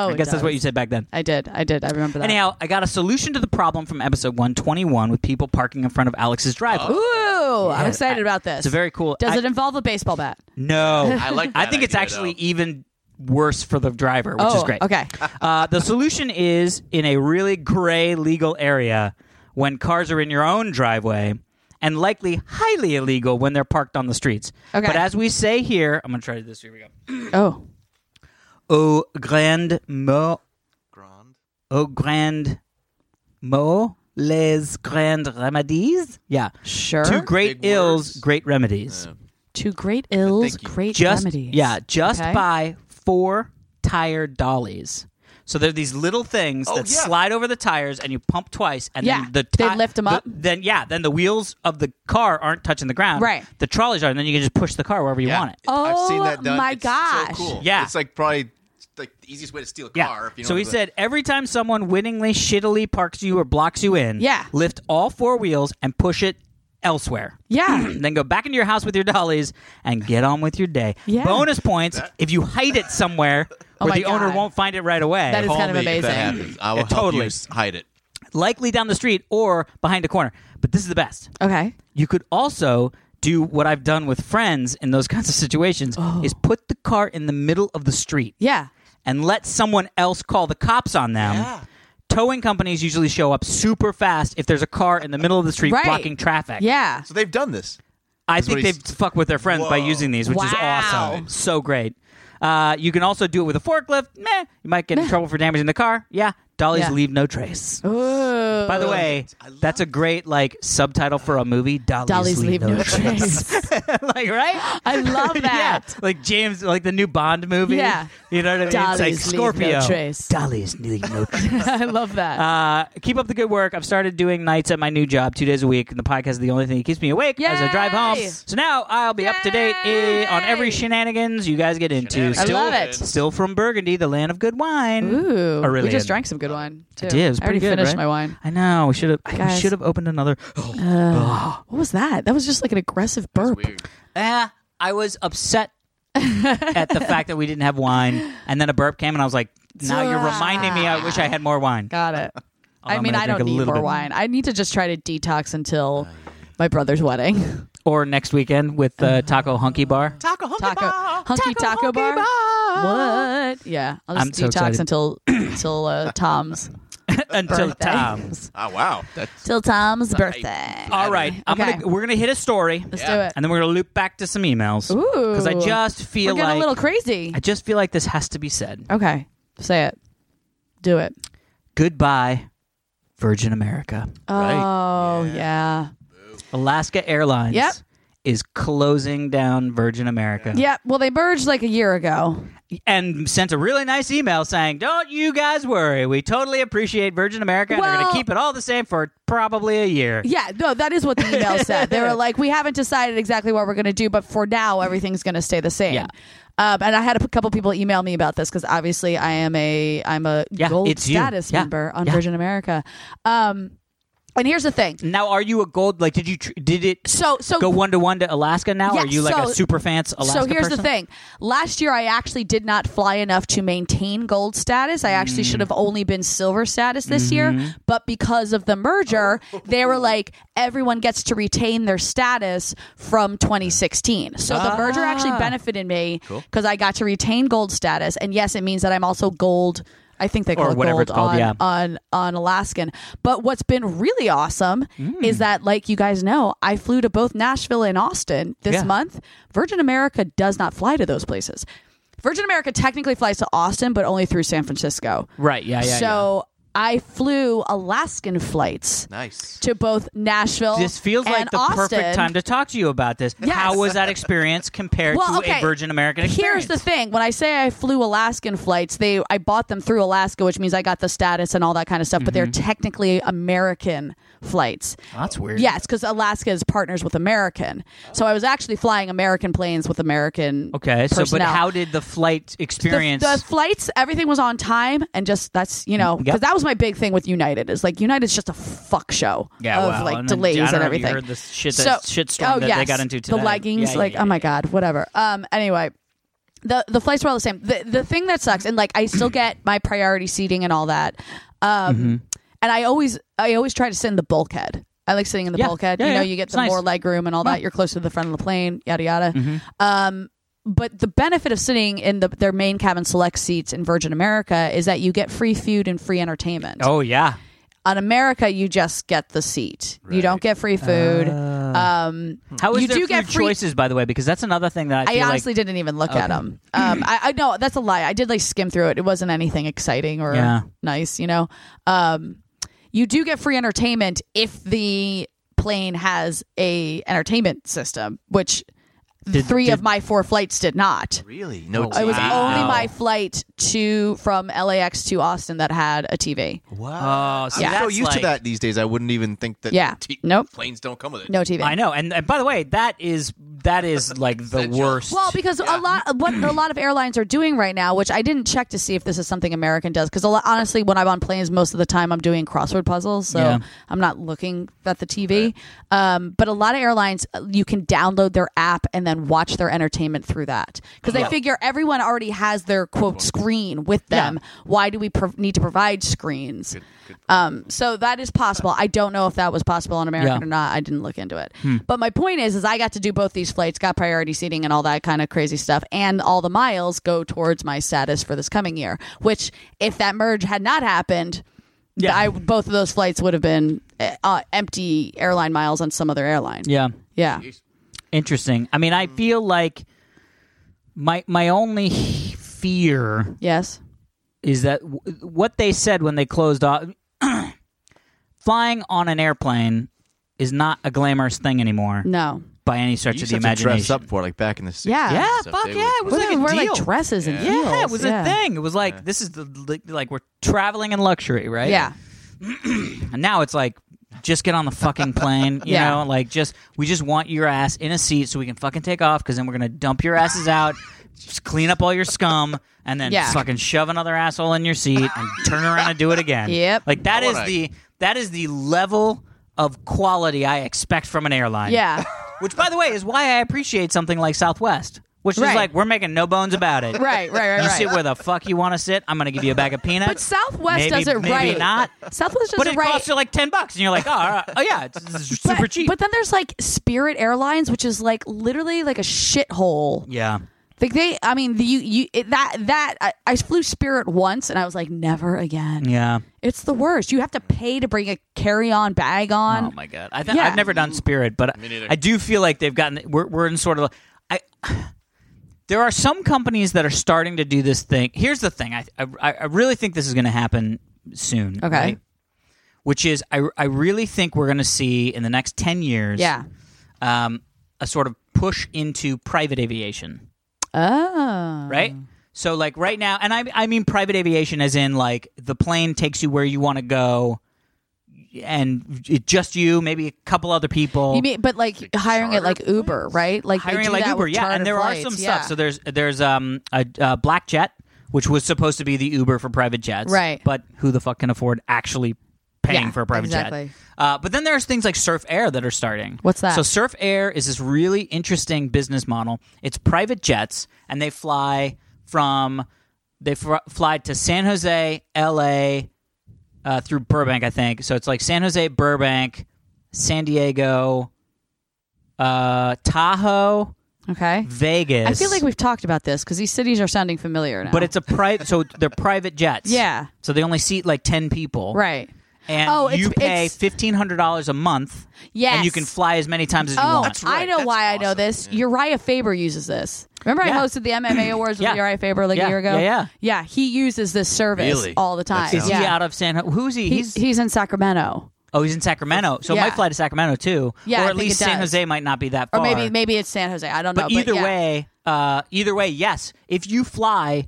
S1: I guess that's what you said back then.
S2: I did. I did. I remember that.
S1: Anyhow, I got a solution to the problem from episode one twenty one with people parking in front of Alex's driveway.
S2: Ooh, I'm excited about this.
S1: It's a very cool.
S2: Does
S1: I-
S2: it involve a baseball bat?
S1: No,
S4: I like
S1: I
S4: that
S1: think it's
S4: idea,
S1: actually
S4: though.
S1: even worse for the driver, which
S2: oh,
S1: is great.
S2: Okay.
S1: Uh, the solution is in a really gray legal area when cars are in your own driveway and likely highly illegal when they're parked on the streets.
S2: Okay.
S1: But as we say here, I'm going to try this. Here we go.
S2: Oh,
S1: Au grand mot, au grand mot, les grandes remedies. Yeah.
S2: sure.
S1: To great
S4: Big
S1: ills,
S4: words.
S1: great remedies.
S2: To great ills,
S4: Thank you.
S2: great
S1: just
S2: remedies.
S1: yeah, just
S2: Okay.
S1: buy four tire dollies. So they're these little things that
S4: yeah.
S1: slide over the tires, and you pump twice, and
S2: Yeah.
S1: then the
S2: They
S1: ti-
S2: lift 'em
S1: the-
S2: up?
S1: then yeah, then the wheels of the car aren't touching the ground.
S2: Right.
S1: The trolleys are, and then you can just push the car wherever you want it.
S4: I've seen
S2: Oh,
S4: that done.
S2: my
S4: it's
S2: gosh.
S4: So cool.
S1: Yeah.
S4: It's like probably like the easiest way to steal a
S1: Yeah.
S4: car. If you know
S1: so he
S4: what I-
S1: said, every time someone wittingly, shittily parks you or blocks you in,
S2: Yeah.
S1: lift all four wheels and push it elsewhere.
S2: Yeah.
S1: then go back into your house with your dollies and get on with your day.
S2: Yeah. Oh
S1: Bonus points if you hide it somewhere where
S2: my
S1: the owner
S2: God.
S1: won't find it right away.
S2: That is
S4: Call
S2: kind of
S4: me if that
S2: amazing.
S4: happens. I will
S1: Yeah,
S4: help you
S1: totally.
S4: s- hide it.
S1: likely down the street or behind a corner. But this is the best.
S2: Okay.
S1: You could also do what I've done with friends in those kinds of situations
S2: Oh.
S1: is put the car in the middle of the street
S2: Yeah.
S1: and let someone else call the cops on them. Towing companies usually show up super fast if there's a car in the middle of the street
S2: Right.
S1: blocking traffic.
S2: Yeah.
S4: So they've done this.
S1: I
S4: what
S1: think
S4: he's-
S1: they've fucked with their friends by
S4: Whoa.
S1: using these, which is
S2: Wow.
S1: awesome. So great. Uh, you can also do it with a forklift. Meh, you might get in trouble for damaging the car. Yeah, Dolly's
S2: Yeah.
S1: Leave No Trace.
S2: Ooh.
S1: By the way, that's a great like subtitle for a movie. Dolly's,
S2: Dolly's
S1: Leave, No, Trace.
S2: Trace.
S1: like right?
S2: I love that.
S1: Yeah, like James, like the new Bond movie.
S2: Yeah.
S1: you know what I mean.
S2: Dolly's
S1: it's
S2: Leave
S1: like Scorpio.
S2: No Trace.
S1: Dolly's Leave No Trace.
S2: I love that.
S1: Uh, keep up the good work. I've started doing nights at my new job two days a week, and the podcast is the only thing that keeps me awake as I drive home.
S2: Yay!
S1: So now I'll be up to date eh, on every
S2: Yay!
S1: shenanigans you guys get into.
S2: I
S1: Still,
S2: love it.
S1: still from Burgundy, the land of good wine.
S2: Ooh,
S1: Aurelian.
S2: we just drank some good wine too.
S1: I did. It was
S2: I already
S1: pretty good,
S2: finished
S1: right?
S2: my wine.
S1: I know. We should have. We
S2: Guys.
S1: should have opened another.
S2: What was that? That was just like an aggressive burp.
S1: Eh, I was upset at the fact that we didn't have wine, and then a burp came, and I was like, "Now you're reminding me. I wish I had more wine."
S2: Got it. I
S1: Oh, I'm
S2: mean,
S1: gonna
S2: I
S1: drink
S2: don't
S1: a
S2: need
S1: little
S2: more
S1: bit.
S2: wine. I need to just try to detox until my brother's wedding.
S1: Or next weekend with uh, Taco Hunky Bar.
S4: Taco Hunky
S2: Uh-huh. Taco, hunky taco, bar. What? Yeah, I'll
S1: I'm
S2: just
S1: so
S2: detox
S1: excited.
S2: until until uh, Tom's
S1: until
S2: Birthday.
S1: Tom's.
S4: Oh wow, that's
S2: till Tom's birthday.
S1: All right, I'm
S2: Okay.
S1: gonna, we're gonna hit a story,
S2: Let's
S4: Yeah.
S2: do it.
S1: and then we're gonna loop back to some emails
S2: Ooh,
S1: because I just
S2: we're
S1: feel
S2: getting
S1: like
S2: a little crazy.
S1: I just feel like this has to be said.
S2: Okay, say it. Do it.
S1: Goodbye, Virgin America.
S2: Oh yeah.
S1: Alaska Airlines
S2: Yep.
S1: is closing down Virgin America.
S2: Yeah, well, they merged like a year ago.
S1: and sent a really nice email saying, "Don't you guys worry. We totally appreciate Virgin America. and We're going
S2: Well-
S1: to keep it all the same for probably a year."
S2: Yeah, no, that is what the email said. They were like, we haven't decided exactly what we're going to do, but for now, everything's going to stay the same.
S1: Yeah.
S2: Um, and I had a p- couple people email me about this because obviously I am a I'm a
S1: Yeah,
S2: gold
S1: it's you.
S2: status
S1: Yeah.
S2: member on
S1: Yeah.
S2: Virgin America. Um, and here's the thing.
S1: Now, are you a gold? Like, did you tr- did it
S2: So so
S1: go one to one to Alaska? Now,
S2: Yeah,
S1: are you like
S2: so-
S1: a super fans Alaska
S2: so here's
S1: person?
S2: the thing. Last year, I actually did not fly enough to maintain gold status. I actually should
S1: Mm.
S2: have only been silver status this
S1: Mm-hmm.
S2: year. But because of the merger,
S1: Oh.
S2: they were like, everyone gets to retain their status from 2016. So the merger
S1: Ah.
S2: actually benefited me because I got to retain gold status. And yes, it means that I'm also gold. I think they call
S1: Or
S2: it
S1: whatever
S2: gold
S1: it's called,
S2: on,
S1: yeah.
S2: on on Alaskan. But what's been really awesome
S1: Mm.
S2: is that, like you guys know, I flew to both Nashville and Austin this
S1: Yeah.
S2: month. Virgin America does not fly to those places. Virgin America technically flies to Austin, but only through San Francisco.
S1: Right? Yeah. Yeah.
S2: so I flew Alaskan flights
S4: nice.
S2: to both Nashville.
S1: yeah. this feels
S2: and
S1: like the
S2: Austin.
S1: perfect time to talk to you about this.
S2: Yes.
S1: How was that experience compared
S2: Well,
S1: to
S2: okay.
S1: a Virgin American experience?
S2: Here's the thing: when I say I flew Alaskan flights, they I bought them through Alaska, which means I got the status and all that kind of stuff. But they're technically American flights.
S1: Mm-hmm. That's weird.
S2: Yes, because Alaska is partners with American. So I was actually flying American planes with American.
S1: Okay. So, but
S2: personnel.
S1: how did the flight experience?
S2: The, the flights, everything was on time, and just that's you know because
S1: Yep.
S2: that was my big thing with United is like United's just a fuck show
S1: Yeah,
S2: of
S1: wow.
S2: like
S1: And then-
S2: delays
S1: I don't
S2: and
S1: know if you
S2: everything. oh,
S1: heard the shit that- shitstorm that they got into today.
S2: The leggings,
S1: Yeah, yeah,
S2: like
S1: yeah,
S2: oh my
S1: yeah.
S2: god, whatever. Um, anyway. The, the flights were all the same. The the thing that sucks, and like I still get my priority seating and all that. Um,
S1: Mm-hmm.
S2: and I always I always try to sit in the bulkhead. I like sitting in the
S1: Yeah.
S2: bulkhead.
S1: Yeah,
S2: you know,
S1: yeah.
S2: you get
S1: It's
S2: the
S1: nice. Mm-hmm.
S2: more leg room and all that. You're closer to the front of the plane, yada yada. Um, but the benefit of sitting in the, their main cabin select seats in Virgin America is that you get free food and free entertainment.
S1: oh yeah.
S2: On America, you just get the seat. You don't get free food.
S1: Ah.
S2: um,
S1: How is
S2: You
S1: their
S2: do get
S1: food
S2: free-
S1: choices, by the way? Because that's another thing that I, feel
S2: I,
S1: like
S2: honestly didn't even look at them. Um, I, I know that's a lie. I did like skim through it. It wasn't anything exciting or
S1: Yeah.
S2: nice, you know. Um, you do get free entertainment if the plane has a entertainment system, which
S1: Did-
S2: three of
S1: did-
S2: my four flights did not.
S4: Really? No.
S1: Oh,
S2: It was
S1: Wow.
S2: only my flight to from LAX to Austin that had a TV.
S4: Wow.
S1: Oh, so
S4: I'm so
S1: that's
S4: used to
S1: like-
S4: that these days. I wouldn't even think that.
S2: Yeah.
S4: t-
S2: Nope.
S4: Planes don't come with it.
S2: No TV.
S1: I know, and, and by the way, that is that is like the
S4: Essential.
S1: worst.
S2: Well, because a lot what a lot of airlines are doing right now, which I didn't check to see if this is something American does, because honestly, when I'm on planes, most of the time I'm doing crossword puzzles, so
S1: Yeah.
S2: I'm not looking at the TV. Um, but a lot of airlines, uh, you can download their app and then watch their entertainment through that, because they figure everyone already has their quote screen with them. Why do we pro- need to provide screens? Um, so that is possible. I don't know if that was possible on American
S1: Yeah.
S2: or not. I didn't look into it. But my point is, is I got to do both these flights, got priority seating and all that kind of crazy stuff, and all the miles go towards my status for this coming year. Which, if that merge had not happened,
S1: Yeah.
S2: I both of those flights would have been uh, uh, empty airline miles on some other airline.
S1: yeah,
S2: Yeah.
S1: interesting. I mean, I
S4: Mm.
S1: feel like my my only fear
S2: Yes.
S1: is that w- what they said when they closed off flying on an airplane is not a glamorous thing anymore
S2: No.
S1: by any stretch
S4: you
S1: of
S4: used
S1: the
S4: to have to
S1: imagination.
S4: dress up for like back in the 60s.
S2: Yeah.
S1: Yeah,
S4: So
S1: fuck
S4: they
S1: yeah!
S4: would-
S1: It was
S2: Women
S1: like a
S2: wear
S1: deal.
S2: like dresses and
S1: yeah,
S4: Yeah.
S1: it
S2: heels.
S1: was a thing. It was like this is the like, like we're traveling in luxury, right?
S2: Yeah.
S1: And now it's like just get on the fucking plane, you
S2: Yeah.
S1: know, like just we just want your ass in a seat so we can fucking take off because then we're gonna dump your asses out, just clean up all your scum, and then
S2: Yeah.
S1: fucking shove another asshole in your seat and turn around and do it again.
S2: Yep.
S1: Like that
S4: I
S1: is
S4: wanna-
S1: the that is the level of quality I expect from an airline.
S2: Yeah.
S1: Which by the way is why I appreciate something like Southwest. Which
S2: Right.
S1: is like we're making no bones about it.
S2: right, right, right,
S1: You
S2: right.
S1: sit where the fuck you want to sit. I'm gonna give you a bag of peanuts.
S2: but Southwest
S1: maybe,
S2: does it
S1: maybe
S2: right.
S1: not.
S2: Southwest does
S1: But
S2: it,
S1: it
S2: right.
S1: costs you like ten bucks, and you're like, oh, all right. oh yeah, it's, this is
S2: but,
S1: super cheap.
S2: but then there's like Spirit Airlines, which is like literally like a shithole.
S1: yeah,
S2: Like they, I mean, the, you, you it, that that I, I flew Spirit once, and I was like, never again.
S1: yeah.
S2: It's the worst. You have to pay to bring a carry-on bag on.
S1: Oh my god, I th-
S2: Yeah.
S1: I've never done Spirit, but
S4: neither.
S1: I do feel like they've gotten. We're we're in sort of. I there are some companies that are starting to do this thing. Here's the thing. I I, I really think this is going to happen soon.
S2: Okay.
S1: right? Which is, I I really think we're going to see in the next ten years.
S2: Yeah.
S1: Um, a sort of push into private aviation.
S2: Oh.
S1: right? So like right now, and I I mean private aviation as in like the plane takes you where you want to go, and it, just you, maybe a couple other people.
S2: You mean, but like, hiring it like Uber, right? Like they
S1: hiring
S2: do
S1: like
S2: that
S1: Uber,
S2: with
S1: yeah.
S2: charter
S1: And there
S2: flights.
S1: are some
S2: yeah.
S1: stuff. So there's there's um a uh, black jet, which was supposed to be the Uber for private jets,
S2: Right.
S1: But who the fuck can afford actually paying
S2: Yeah,
S1: for a private
S2: exactly.
S1: jet? Uh, but then there's things like Surf Air that are starting.
S2: What's that?
S1: So Surf Air is this really interesting business model. It's private jets, and they fly from they fr- fly to San Jose, L.A. Uh, through Burbank, I think. So it's like San Jose, Burbank, San Diego, uh, Tahoe,
S2: okay.
S1: Vegas.
S2: I feel like we've talked about this because these cities are sounding familiar now.
S1: but it's a private. so they're private jets.
S2: Yeah.
S1: So they only seat like ten people.
S2: right.
S1: And
S2: Oh, it's-
S1: you pay
S2: it's-
S1: fifteen hundred dollars a month.
S2: Yes.
S1: And you can fly as many times as you
S2: Oh,
S1: want.
S2: I know
S4: That's
S2: why I know
S4: awesome.
S2: this. Uriah Faber uses this. Remember, I
S1: Yeah.
S2: hosted the MMA awards with
S1: Yeah.
S2: Uriah Faber like
S1: Yeah,
S2: a year ago.
S1: yeah, yeah.
S2: yeah. He uses this service
S4: Really?
S2: all the time.
S4: That
S1: Is
S4: sounds-
S2: yeah.
S1: he out of San? Who's he?
S2: he's, he's in Sacramento,
S1: oh, he's in Sacramento. So
S2: Yeah.
S1: it might fly to Sacramento too.
S2: Yeah,
S1: Or
S2: I
S1: at
S2: think
S1: least
S2: it
S1: San
S2: does.
S1: Jose might not be that
S2: or
S1: far.
S2: maybe maybe it's San Jose. I don't know.
S1: Oh, But either
S2: yeah.
S1: way, uh, either way, yes. If you fly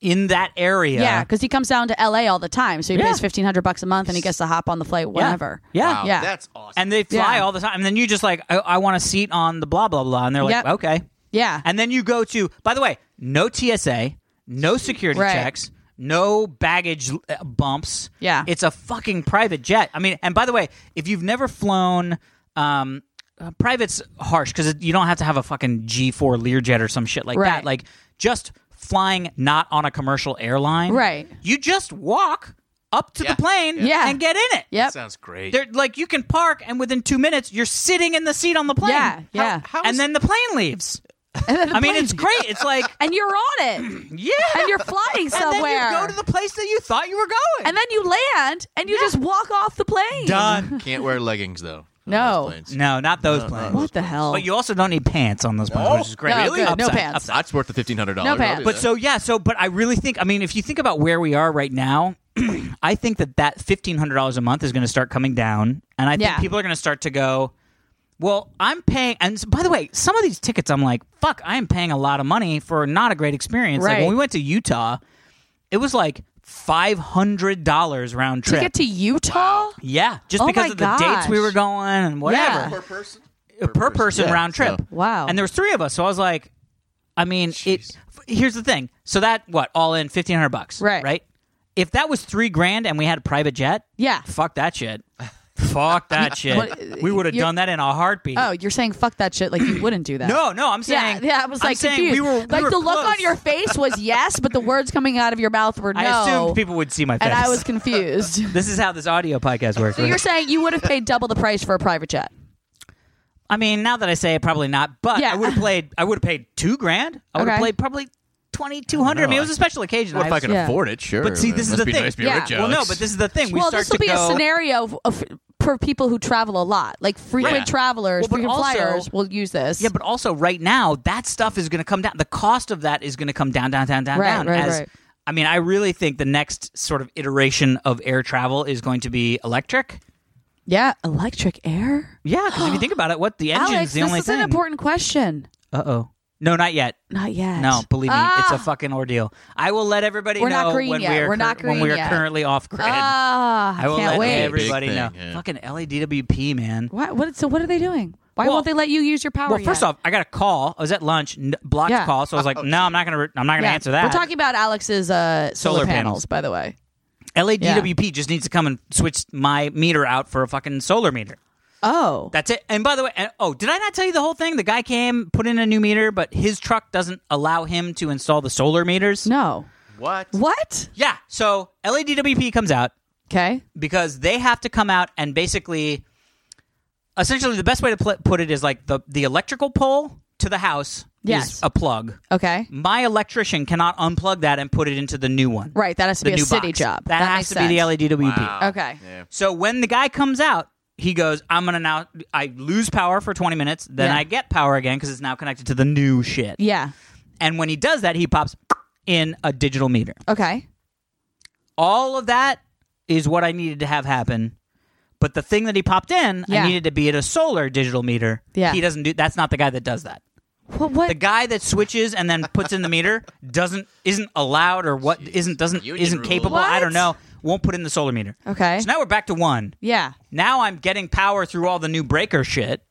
S1: in that area,
S2: yeah, because he comes down to L.A. all the time, so he
S1: Yeah.
S2: pays fifteen hundred bucks a month, and he gets to hop on the flight
S1: yeah,
S2: whenever.
S1: yeah,
S4: Wow,
S2: Yeah.
S4: That's awesome.
S1: and they fly
S2: Yeah.
S1: all the time. And then you just like, I, I want a seat on the blah blah blah, and they're like,
S2: Yep.
S1: okay.
S2: Yeah.
S1: And then you go to, by the way, no TSA, no security
S2: Right.
S1: checks, no baggage uh, bumps.
S2: Yeah.
S1: It's a fucking private jet. I mean, and by the way, if you've never flown, um, uh, private's harsh because you don't have to have a fucking G4 Learjet or some shit like
S2: Right.
S1: that. Like, just flying not on a commercial airline.
S2: Right.
S1: You just walk up to
S4: Yeah.
S1: the plane
S2: Yeah.
S1: and get in it.
S2: yep.
S4: sounds great.
S1: They're, like you can park, and within two minutes, you're sitting in the seat on the plane.
S2: Yeah, yeah.
S4: how
S1: and
S4: is-
S1: then the plane leaves. I mean, it's great. It's like,
S2: and you're on it, and
S1: yeah.
S2: you're flying
S1: And
S2: somewhere,
S1: then you go to the place that you thought you were going.
S2: And then you land, and you just walk off the plane.
S1: done.
S4: Can't wear leggings though. on
S2: No.
S4: those planes.
S1: No, not those planes.
S2: What the hell?
S1: But you also don't need pants on those planes,
S4: No?
S1: which is great.
S2: No, Really? good. No
S1: Upside-
S2: pants.
S1: upside.
S4: That's worth the fifteen hundred dollars.
S2: No pants.
S1: But so yeah, so but I really think I mean if you think about where we are right now, I think that that fifteen hundred dollars a month is going to start coming down, and I think
S2: Yeah.
S1: people are going to start to go. Well, I'm paying, and s- by the way, some of these tickets, I'm like, fuck, I am paying a lot of money for not a great experience. Like
S2: Right.
S1: when we went to Utah, it was like five hundred dollars round
S2: to
S1: trip.
S2: get to Utah.
S1: yeah, just
S2: Oh
S1: because
S2: my
S1: of the dates we
S2: gosh.
S1: were going and whatever
S2: Yeah.
S4: per person.
S1: per person
S4: Yeah,
S1: round trip.
S4: so-
S2: Wow.
S1: And there was three of us, so I was like, I mean, it, f- here's the thing. So that what all in fifteen hundred bucks,
S2: Right.
S1: Right. If that was three grand and we had a private jet,
S2: Yeah.
S1: fuck that shit. fuck that shit.
S2: What-
S1: we would have
S2: you're-
S1: done that in a heartbeat.
S2: Oh, you're saying fuck that shit like you wouldn't do that.
S1: no, no, I'm
S2: Yeah,
S1: saying.
S2: yeah, I was
S1: I'm
S2: like
S1: saying
S2: confused.
S1: we were we
S2: like
S1: were
S2: the look on
S1: close.
S2: your face was yes, but the words coming out of your mouth were no.
S1: I assumed people would see my face.
S2: and I was confused.
S1: This is how this audio podcast works.
S2: so you're saying you would have paid double the price for a private jet.
S1: I mean, now that I say it, probably not. But
S2: Yeah.
S1: I would have played. I would have paid two grand. I would have
S2: Okay.
S1: played probably twenty two hundred. I mean, it was a special occasion.
S4: Well, if I
S1: was-
S4: could
S2: Yeah.
S4: afford it, sure.
S1: But see, this is
S4: Must
S1: the
S4: be
S1: thing.
S4: Nice to be
S2: Yeah.
S4: rich,
S1: Well, no,
S4: Alex.
S1: but this is the thing. We
S2: well,
S1: start
S2: this will
S1: to
S2: be
S1: go,
S2: a scenario of, of, for people who travel a lot, like frequent
S4: Right.
S2: travelers,
S1: Well, but
S2: frequent
S1: also-
S2: flyers will use this.
S1: Yeah, but also right now, that stuff is going to come down. The cost of that is going to come down, down, down, down,
S2: Right,
S1: down.
S2: right,
S1: as
S2: right.
S1: I mean, I really think the next sort of iteration of air travel is going to be electric.
S2: Yeah, electric air.
S1: Yeah, because if you think about it, what the engine's
S2: Alex,
S1: the
S2: this
S1: only
S2: is
S1: thing.
S2: an important question.
S1: uh oh. No, not yet.
S2: Not yet.
S1: No, believe me, it's a
S2: Ah!
S1: fucking ordeal. I I will let everybody
S2: We're
S1: know
S2: not green
S1: when
S2: yet.
S1: we are
S2: We're not
S1: when we
S2: green
S1: are
S2: yet.
S1: currently off grid.
S2: Ah,
S1: I will
S2: can't
S1: let
S2: wait.
S1: everybody
S4: Big
S1: know.
S4: thing, yeah.
S1: Fucking E LADWP, man.
S2: Why, what? So what are they doing? Why
S1: Well-
S2: won't they let you use your power?
S1: Well, first off, I got a call. I was at lunch, n- blocked
S2: Yeah.
S1: call, so I was like, "No, I'm not gonna. Re- I'm not gonna answer that."
S2: We're talking about Alex's uh, solar,
S1: Solar
S2: panels,
S1: panels.
S2: by the way.
S1: LADWP just needs to come and switch my meter out for a fucking solar meter.
S2: Oh,
S1: That's it. And by the way, and, oh, did I not tell you the whole thing? The guy came, put in a new meter, but his truck doesn't allow him to install the solar meters.
S2: no.
S4: What?
S2: What?
S1: Yeah. So LADWP comes out
S2: Okay.
S1: because they have to come out and basically, essentially, the best way to pl- put it is like the the electrical pole to the house
S2: Yes.
S1: is a plug.
S2: Okay.
S1: My electrician cannot unplug that and put it into the new one.
S2: Right. That has to
S1: The
S2: be a
S1: new
S2: city
S1: box.
S2: job.
S1: That, has
S2: makes
S1: to be
S2: sense.
S1: the E LADWP.
S2: Okay.
S4: Yeah.
S1: Uh, So when the guy comes out, he goes, "I'm gonna now. I lose power for 20 minutes, then
S2: Yeah.
S1: I get power again because it's now connected to the new shit."
S2: Yeah.
S1: And when he does that, he pops in a digital meter.
S2: Okay.
S1: All of that is what I needed to have happen. But the thing that he popped in,
S2: Yeah.
S1: I needed to be at a solar digital meter.
S2: Yeah.
S1: He doesn't do. That's not the guy that does that.
S2: What? What?
S1: The guy that switches and then puts in the meter doesn't isn't allowed or what not doesn't
S4: Union
S1: isn't
S4: rule.
S1: capable. I don't know. Won't put in the solar meter.
S2: okay.
S1: So now we're back to one.
S2: yeah.
S1: Now I'm getting power through all the new breaker shit,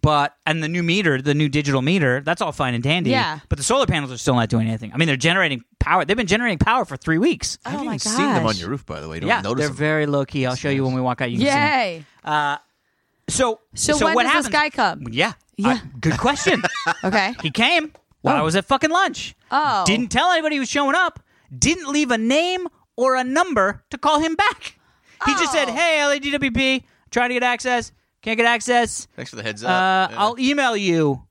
S1: but and the new meter, the new digital meter, that's all fine and dandy.
S2: Yeah.
S1: But the solar panels are still not doing anything. I mean, they're generating power. They've been generating power for three weeks.
S2: Oh
S4: I've
S2: my
S4: even
S2: gosh.
S4: seen them on your roof, by the way. You don't
S1: yeah,
S4: notice
S1: they're
S4: them.
S1: very low key. I'll show you when we walk out. You can see 'em.
S2: Yay.
S1: So,
S2: So, when
S1: what
S2: does
S1: happens?
S2: this guy come?
S1: Yeah.
S2: Yeah.
S1: I- good question.
S2: Okay.
S1: he came while I was at fucking lunch.
S2: Oh.
S1: Didn't tell anybody he was showing up. Didn't leave a name or a number to call him back. He just said,
S2: Oh.
S1: "Hey, LADWP, trying to get access. Can't get access."
S4: Thanks for the heads up.
S1: Uh,
S4: Yeah.
S1: I'll email you,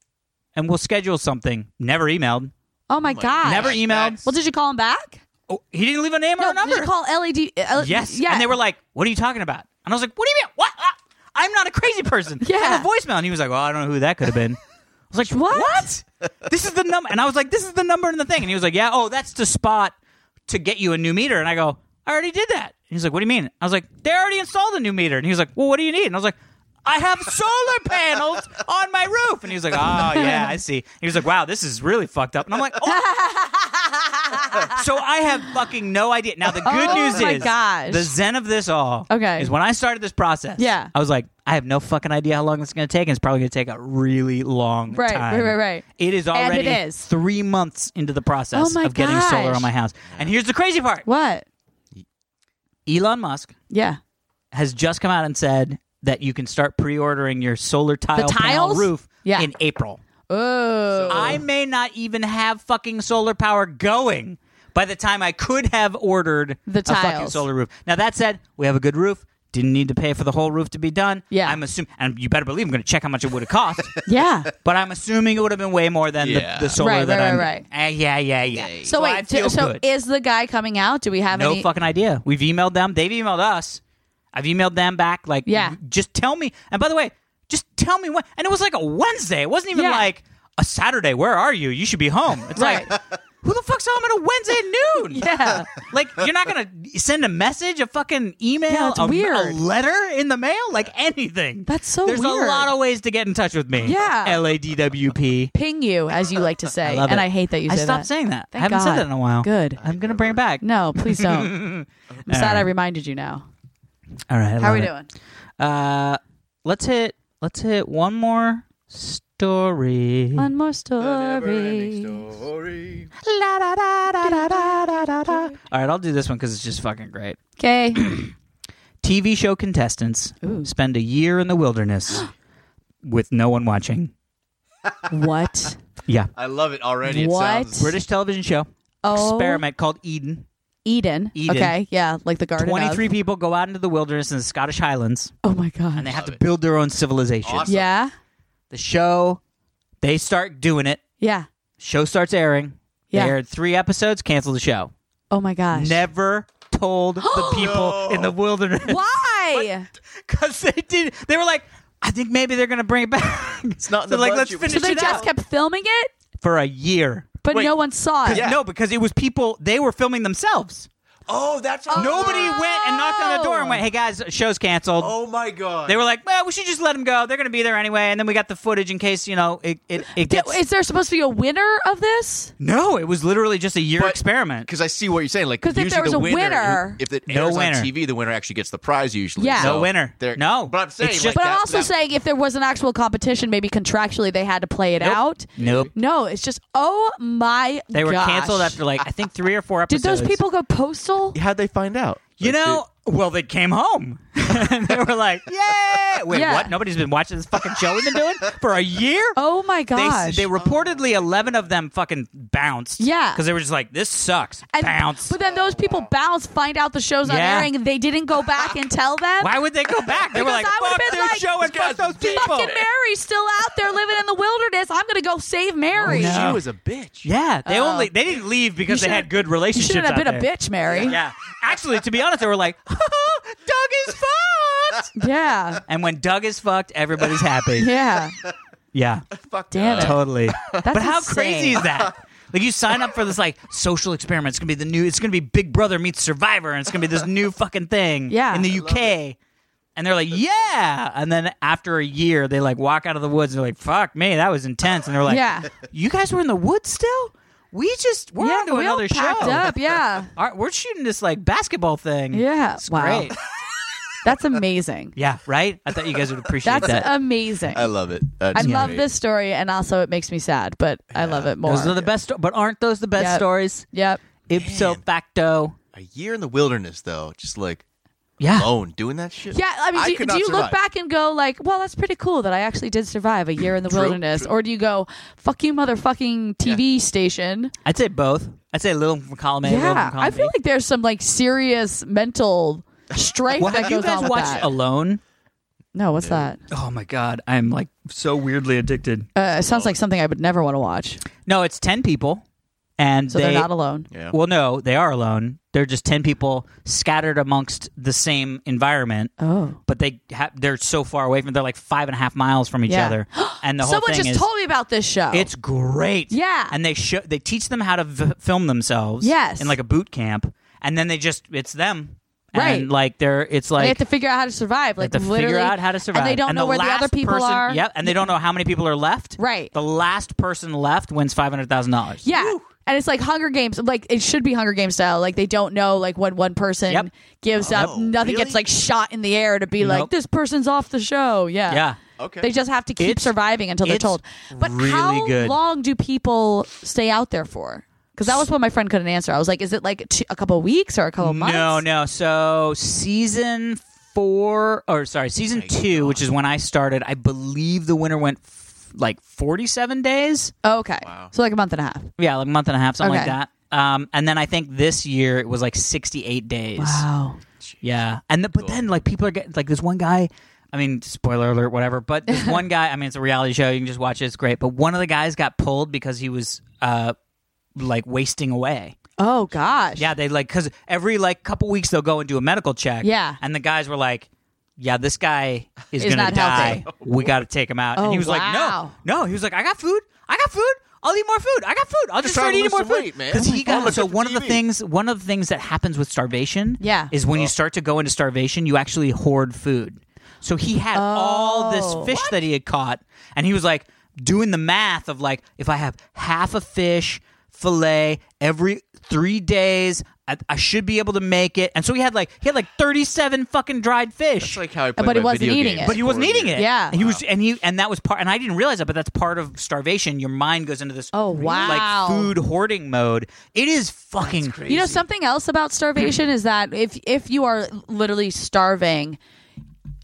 S1: and we'll schedule something. Never emailed.
S2: Oh my gosh.
S1: Never emailed.
S2: Well, did you call him back?
S1: Oh, he didn't leave a name or
S2: No.
S1: a number.
S2: Did you call LED? uh,
S1: yes.
S2: Yeah.
S1: And they were like, "What are you talking about?" And I was like, "What do you mean? What? Ah, I'm not a crazy person." I have a
S2: Yeah.
S1: voicemail, and he was like, "Well, I don't know who that could have been." I was like,
S2: What?
S1: "What? this is the number." And I was like, "This is the number in the thing." And he was like, "Yeah. Oh, that's the spot to get you a new meter." And I go, "I already did that." And he's like, "What do you mean?" I was like, "They already installed a new meter." And he was like, "Well, what do you need?" And I was like. I have solar panels on my roof, and he was like, "Oh yeah, I see." He was like, "Wow, this is really fucked up," and I'm like, "Oh, so I have fucking no idea. Now the good
S2: Oh
S1: news
S2: my
S1: is
S2: gosh.
S1: the zen of this all
S2: Okay.
S1: is when I started this process.
S2: Yeah.
S1: I was like, I have no fucking idea how long this is going to take, and it's probably going to take a really long
S2: Right,
S1: time.
S2: right, right, right.
S1: It is
S2: it
S1: already
S2: is.
S1: three months into the process
S2: Oh my
S1: of getting solar
S2: gosh.
S1: on my house. And here's the crazy part:
S2: What?
S1: Elon Musk
S2: Yeah.
S1: has just come out and said that you can start pre-ordering your solar tile panel
S2: tiles?
S1: roof
S2: Yeah.
S1: in April.
S2: Oh.
S1: I may not even have fucking solar power going by the time I could have ordered
S2: The
S1: a fucking
S2: tiles.
S1: solar roof. Now that said, we have a good roof. Didn't need to pay for the whole roof to be done.
S2: Yeah.
S1: I'm assuming, and you better believe I'm going to check how much it would have cost.
S2: yeah.
S1: but I'm assuming it would have been way more than
S4: Yeah.
S1: the, the solar
S2: Right,
S1: that
S2: right,
S1: I'm.
S2: right,
S1: Eh, yeah, yeah, yeah.
S2: So,
S1: I
S2: wait.
S1: feel
S2: So, so
S1: good.
S2: is the guy coming out? Do we have
S1: no
S2: any?
S1: fucking idea. We've emailed them. They've emailed us. I've emailed them back. Like,
S2: Yeah.
S1: just tell me. And by the way, just tell me when. And it was like a Wednesday. It wasn't even
S2: Yeah.
S1: like a Saturday. Where are you? You should be home. It's
S2: Right.
S1: like, who the fuck's home on a Wednesday at noon?
S2: Yeah.
S1: Like, you're not going to send a message, a fucking email,
S2: Yeah, it's
S1: a, a
S2: weird.
S1: letter in the mail, like anything.
S2: That's so
S1: There's
S2: weird.
S1: a lot of ways to get in touch with me.
S2: Yeah.
S1: LADWP.
S2: ping you, as you like to say.
S1: I love
S2: and
S1: it.
S2: I hate that you
S1: I
S2: say
S1: stopped
S2: that.
S1: saying that.
S2: Thank
S1: I haven't said
S2: God.
S1: that in a while.
S2: Good.
S1: I'm going to bring it back.
S2: No, please don't. I'm sad I reminded you now.
S1: All right. I
S2: How are
S1: love
S2: we
S1: it.
S2: doing?
S1: Uh, let's hit let's hit one more story.
S2: One more story.
S4: story.
S1: All right, I'll do this one because it's just fucking great.
S2: Okay.
S1: TV show contestants
S2: Ooh.
S1: spend a year in the wilderness with no one watching.
S2: what?
S1: Yeah,
S4: I love it already. It
S2: What?
S4: sounds-
S1: British television show
S2: Oh,
S1: experiment called Eden.
S2: Eden.
S1: Eden.
S2: Okay. Yeah, like the garden. of-
S1: Twenty-three people go out into the wilderness in the Scottish Highlands,
S2: Oh my god.
S1: and they have to
S4: it.
S1: build their own civilization.
S4: Awesome.
S2: yeah.
S1: The show, they start doing it.
S2: Yeah.
S1: Show starts airing.
S2: Yeah.
S1: They aired three episodes, canceled the show.
S2: Oh my gosh.
S1: never told the people in the wilderness
S2: Why?
S1: because they did. They were like, I think maybe they're gonna bring it back. It's
S4: not in the
S1: like let's
S4: budget.
S1: finish
S2: so they
S1: it
S2: just
S1: out
S2: kept filming it.
S1: for a year.
S2: but
S1: Wait,
S2: no one saw it.
S4: Yeah.
S1: No, because it was people. They were filming themselves.
S4: Oh, that's how-
S1: Nobody went and knocked on the door and went, "Hey guys, show's canceled."
S4: Oh my god.
S1: They were like, "Well, we should just let them go. They're going to be there anyway." And then we got the footage in case you know it. It, it
S2: D-
S1: gets
S2: Is there supposed to be a winner of this?
S1: no. It was literally just a year
S4: But-
S1: experiment.
S4: because I see what you're saying. Like,
S2: 'Cause if
S4: usually
S2: there was
S4: the
S2: a
S4: winner,
S2: winner-
S4: if it airs
S1: No
S4: on
S1: winner.
S4: TV, the winner actually gets the prize. Usually,
S2: Yeah.
S1: No
S4: So
S1: winner.
S4: they're-
S1: No.
S4: but I'm saying,
S1: It's
S4: like,
S1: just-
S2: But
S4: that-
S2: I'm also
S4: that-
S2: saying if there was an actual competition, maybe contractually they had to play it
S1: Nope.
S2: out.
S1: Nope.
S2: No, it's just oh my.
S1: They were
S2: gosh.
S1: canceled after like I think three or four
S2: Did
S1: episodes.
S2: those people go postal?
S4: how'd they find out?
S1: You know, well, they came home. and they were like, "Yay!" Wait,
S2: Yeah.
S1: what? Nobody's been watching this fucking show we've been doing for a year.
S2: Oh my
S1: They,
S2: gosh.
S1: they reportedly eleven of them fucking bounced.
S2: Yeah.
S1: because they were just like, "This sucks."
S2: And-
S1: bounce.
S2: But then those people bounce, find out the show's not
S1: Yeah.
S2: airing. They didn't go back and tell them.
S1: Why would they go back? They were
S2: Because
S1: like,
S2: I would've
S1: "Fuck
S2: been
S1: this
S2: like,
S1: show and fuck those people."
S2: Fucking Mary's still out there living in the wilderness. I'm gonna go save Mary.
S1: Oh, No.
S4: she was a bitch.
S1: Yeah, they
S2: Oh.
S1: only they didn't leave because they
S2: shouldn't-
S1: had good
S2: You
S1: relationships.
S2: shouldn't have
S1: out
S2: been a
S1: there.
S2: bitch, Mary.
S1: Yeah, actually, to be honest, they were like, "Doug is fucked,"
S2: Yeah.
S1: and when Doug is fucked, everybody's happy.
S2: Yeah.
S1: Yeah,
S4: Fuck
S2: Damn
S4: that.
S2: it.
S1: totally. but how
S2: insane.
S1: crazy is that? Like you sign up for this like social experiment. It's gonna be the new. It's gonna be Big Brother meets Survivor, and it's gonna be this new fucking thing.
S2: Yeah.
S1: in the UK. And they're like, yeah. And then after a year, they like walk out of the woods and they're like, fuck me, that was intense. And they're like,
S2: Yeah.
S1: you guys were in the woods still? We just, we're
S2: yeah.
S1: on to
S2: we all
S1: another
S2: packed
S1: show.
S2: up. Yeah.
S1: All right, we're shooting this like basketball thing.
S2: Yeah.
S1: It's
S2: Wow.
S1: great.
S2: That's amazing.
S1: Yeah, right? I thought you guys would appreciate
S2: That's
S1: that.
S2: amazing.
S4: I love it.
S2: I love this story, and also it makes me sad, but I love it more.
S1: those are the best, sto- but aren't those the best
S2: Yep.
S1: stories?
S2: yep.
S1: Ipso
S4: Man.
S1: facto.
S4: A year in the wilderness, though, just like
S1: Yeah.
S4: alone doing that shit.
S2: Yeah, I mean, do,
S4: could
S2: do
S4: not
S2: you
S4: survive.
S2: look back and go like, "Well, that's pretty cool that I actually did survive a year in the wilderness," or do you go, "Fuck you, motherfucking TV station"?
S1: I'd say both. I'd say a little from column A, a little
S2: yeah,
S1: from column
S2: I feel
S1: B.
S2: like there's some like serious mental strength
S1: Well,
S2: that
S1: have you
S2: goes on
S1: guys
S2: with
S1: watched
S2: that.
S1: Alone?
S2: no, what's that?
S1: Oh my God. I'm like so weirdly addicted.
S2: Uh, it sounds like something I would never want to watch.
S1: No, it's 10 people. And
S2: So
S1: they,
S2: they, are not alone.
S4: Yeah.
S1: Well, no, they are alone. They're just 10 people scattered amongst the same environment.
S2: Oh,
S1: But they ha- they're so far away from. They're like five and a half miles from each
S2: Yeah.
S1: other, and the whole
S2: someone
S1: thing
S2: just
S1: is
S2: told me about this show.
S1: It's great.
S2: Yeah.
S1: And they show they teach them how to v- film themselves.
S2: Yes.
S1: In like a boot camp, and then they just it's them.
S2: Right.
S1: And like they're it's
S2: they
S1: like
S2: have to figure out how to survive.
S1: they have
S2: Like
S1: to
S2: literally,
S1: figure out how to survive.
S2: and they don't know where the
S1: last
S2: other people
S1: person-
S2: are.
S1: Yep. And they don't know how many people are left.
S2: Right.
S1: The last person left wins five hundred thousand dollars.
S2: Yeah. And it's like Hunger Games, like it should be Hunger Games style. Like they don't know, like when one person
S1: Yep.
S2: gives up,
S4: Oh,
S2: nothing
S4: really?
S2: gets like shot in the air to be
S1: Nope.
S2: like this person's off the show. Yeah,
S1: Yeah.
S4: Okay.
S2: They just have to keep
S1: It's-
S2: surviving until they're
S1: it's
S2: told. But
S1: really
S2: how
S1: good.
S2: long do people stay out there for? Because that was what my friend couldn't answer. I was like, is it like two, a couple weeks or a couple months?
S1: No, no. So season four, or sorry, season two, which is when I started. I believe the winner went f- like forty-seven days.
S2: okay, so like a month and a half.
S1: Yeah, like a month and a half, something
S2: Okay.
S1: like that. Um, and then I think this year it was like sixty-eight days.
S2: Wow.
S1: Yeah, and the, but then like people are getting like this one guy. I mean, spoiler alert, whatever. But this one guy. I mean, it's a reality show. You can just watch it. It's great. But one of the guys got pulled because he was uh, like wasting away.
S2: Oh gosh.
S1: Yeah, they like because every like couple weeks they'll go and do a medical check.
S2: Yeah.
S1: and the guys were like, "Yeah, this guy is
S2: Is
S1: gonna
S2: not
S1: die.
S2: healthy.
S1: We got to take him out." and
S2: Oh,
S1: he was
S2: wow.
S1: like, "No, no." He was like, "I got food. I got food. I'll eat more food. I got food. I'll just start
S4: trying to
S1: eating
S4: lose
S1: more
S4: some
S1: food."
S4: weight, man.
S1: Because
S4: Oh my
S1: he got
S4: God,
S1: so
S4: look at
S1: one
S4: the
S1: of the
S4: TV.
S1: things one of the things that happens with starvation.
S2: Yeah.
S1: is
S4: Oh.
S1: when you start to go into starvation, you actually hoard food. So he had all
S2: Oh.
S1: this fish that he had caught, and he was like doing the math of like, if I have half a fish fillet every three days, I, I should be able to make it. And so he had like he had like thirty seven fucking dried fish,
S4: It's like how I played
S2: But he
S4: my
S2: wasn't
S4: video
S2: eating
S4: games
S2: it.
S1: but he wasn't
S4: for a
S1: eating
S4: year.
S1: it.
S2: Yeah.
S1: he was, and he and that was part. And I didn't realize that, but that's part of starvation. Your mind goes into this
S2: Oh, wow.
S1: like food hoarding mode. It is fucking crazy.
S2: You know something else about starvation is that if if you are literally starving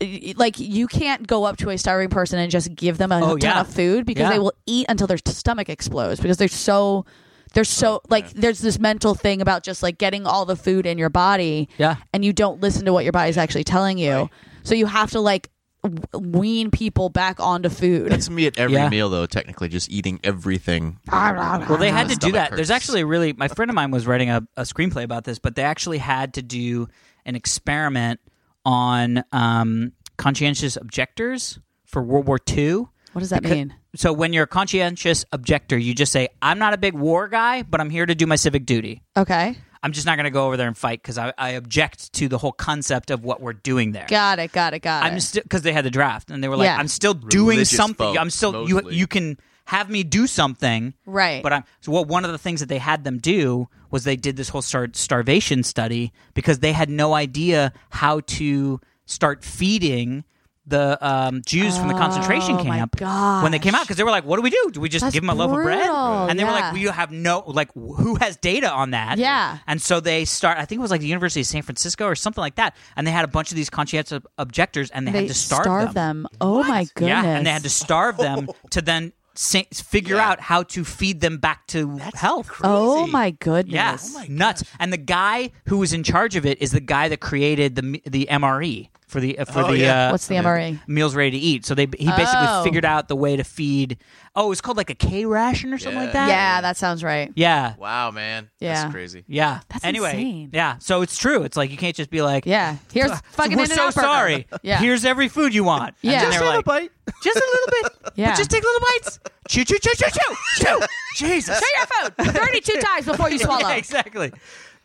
S2: y- like you can't go up to a starving person and just give them a
S1: Oh,
S2: ton
S1: yeah.
S2: of food because
S1: Yeah.
S2: they will eat until their stomach explodes because they're so they're so like there's this mental thing about just like getting all the food in your body
S1: Yeah.
S2: and you don't listen to what your body's actually telling you so you have to like w- wean people back onto food
S4: That's me at every
S1: Yeah.
S4: meal, though. Technically, just eating everything.
S2: Ah.
S1: Well, they had to do
S4: stomach
S1: that.
S4: hurts.
S1: There's actually a really my friend of mine was writing a, a screenplay about this, but they actually had to do an experiment on um, conscientious objectors for World War II.
S2: What does that mean?
S1: So when you're a conscientious objector, you just say, "I'm not a big war guy, but I'm here to do my civic duty.
S2: Okay.
S1: I'm just not going to go over there and fight because I, I object to the whole concept of what we're doing there."
S2: Got it. Got it. Got
S1: I'm
S2: it.
S1: still because they had the draft and they were like,
S2: Yeah.
S1: "I'm still doing
S4: Religious
S1: something.
S4: folks,
S1: I'm still
S4: mostly.
S1: you. You can have me do something,
S2: Right.
S1: But I'm so what. One of the things that they had them do was they did this whole star- starvation study because they had no idea how to start feeding the um, Jews from the concentration
S2: Oh, my
S1: camp when they came out because they were like, "What do we do? Do we just
S2: That's
S1: give them a loaf of bread?"
S2: brutal,
S1: And they were
S2: yeah.
S1: like, "We have no like wh- who has data on that?"
S2: Yeah.
S1: And so they start. I think it was like the University of San Francisco or something like that. And they had a bunch of these conscientious ob- objectors, and they,
S2: they
S1: had to starve, them.
S2: them. Oh my goodness.
S1: Yeah, and they had to starve them to then sa- figure out how to feed them back to health.
S2: Oh my goodness.
S1: Yeah, nuts. And the guy who was in charge of it is the guy that created the the MRE for the uh, for the
S4: yeah.
S1: uh,
S2: Oh, What's the MRE?
S1: meals ready to eat. So they he basically
S2: Oh.
S1: figured out the way to feed. Oh, it's called like a K ration or something like that.
S2: Yeah, that sounds right.
S1: Yeah.
S4: Wow, man.
S2: Yeah.
S4: That's crazy.
S1: Yeah.
S2: That's
S1: anyway,
S2: insane.
S1: yeah. So it's true. It's like you can't just be like,
S2: Yeah. Here's fucking
S1: We're
S2: In-N-Out
S1: so
S2: burger.
S1: sorry.
S2: Yeah.
S1: Here's every food you want. And
S2: Yeah.
S1: then
S2: Just
S1: they're
S4: have a
S1: like,
S4: bite.
S2: Um,
S1: Just a little bit.
S2: Yeah.
S1: But just take little bites. Chew, chew, chew, chew, chew, chew. Jesus.
S2: Share your food 32 times before you swallow.
S1: Yeah, exactly.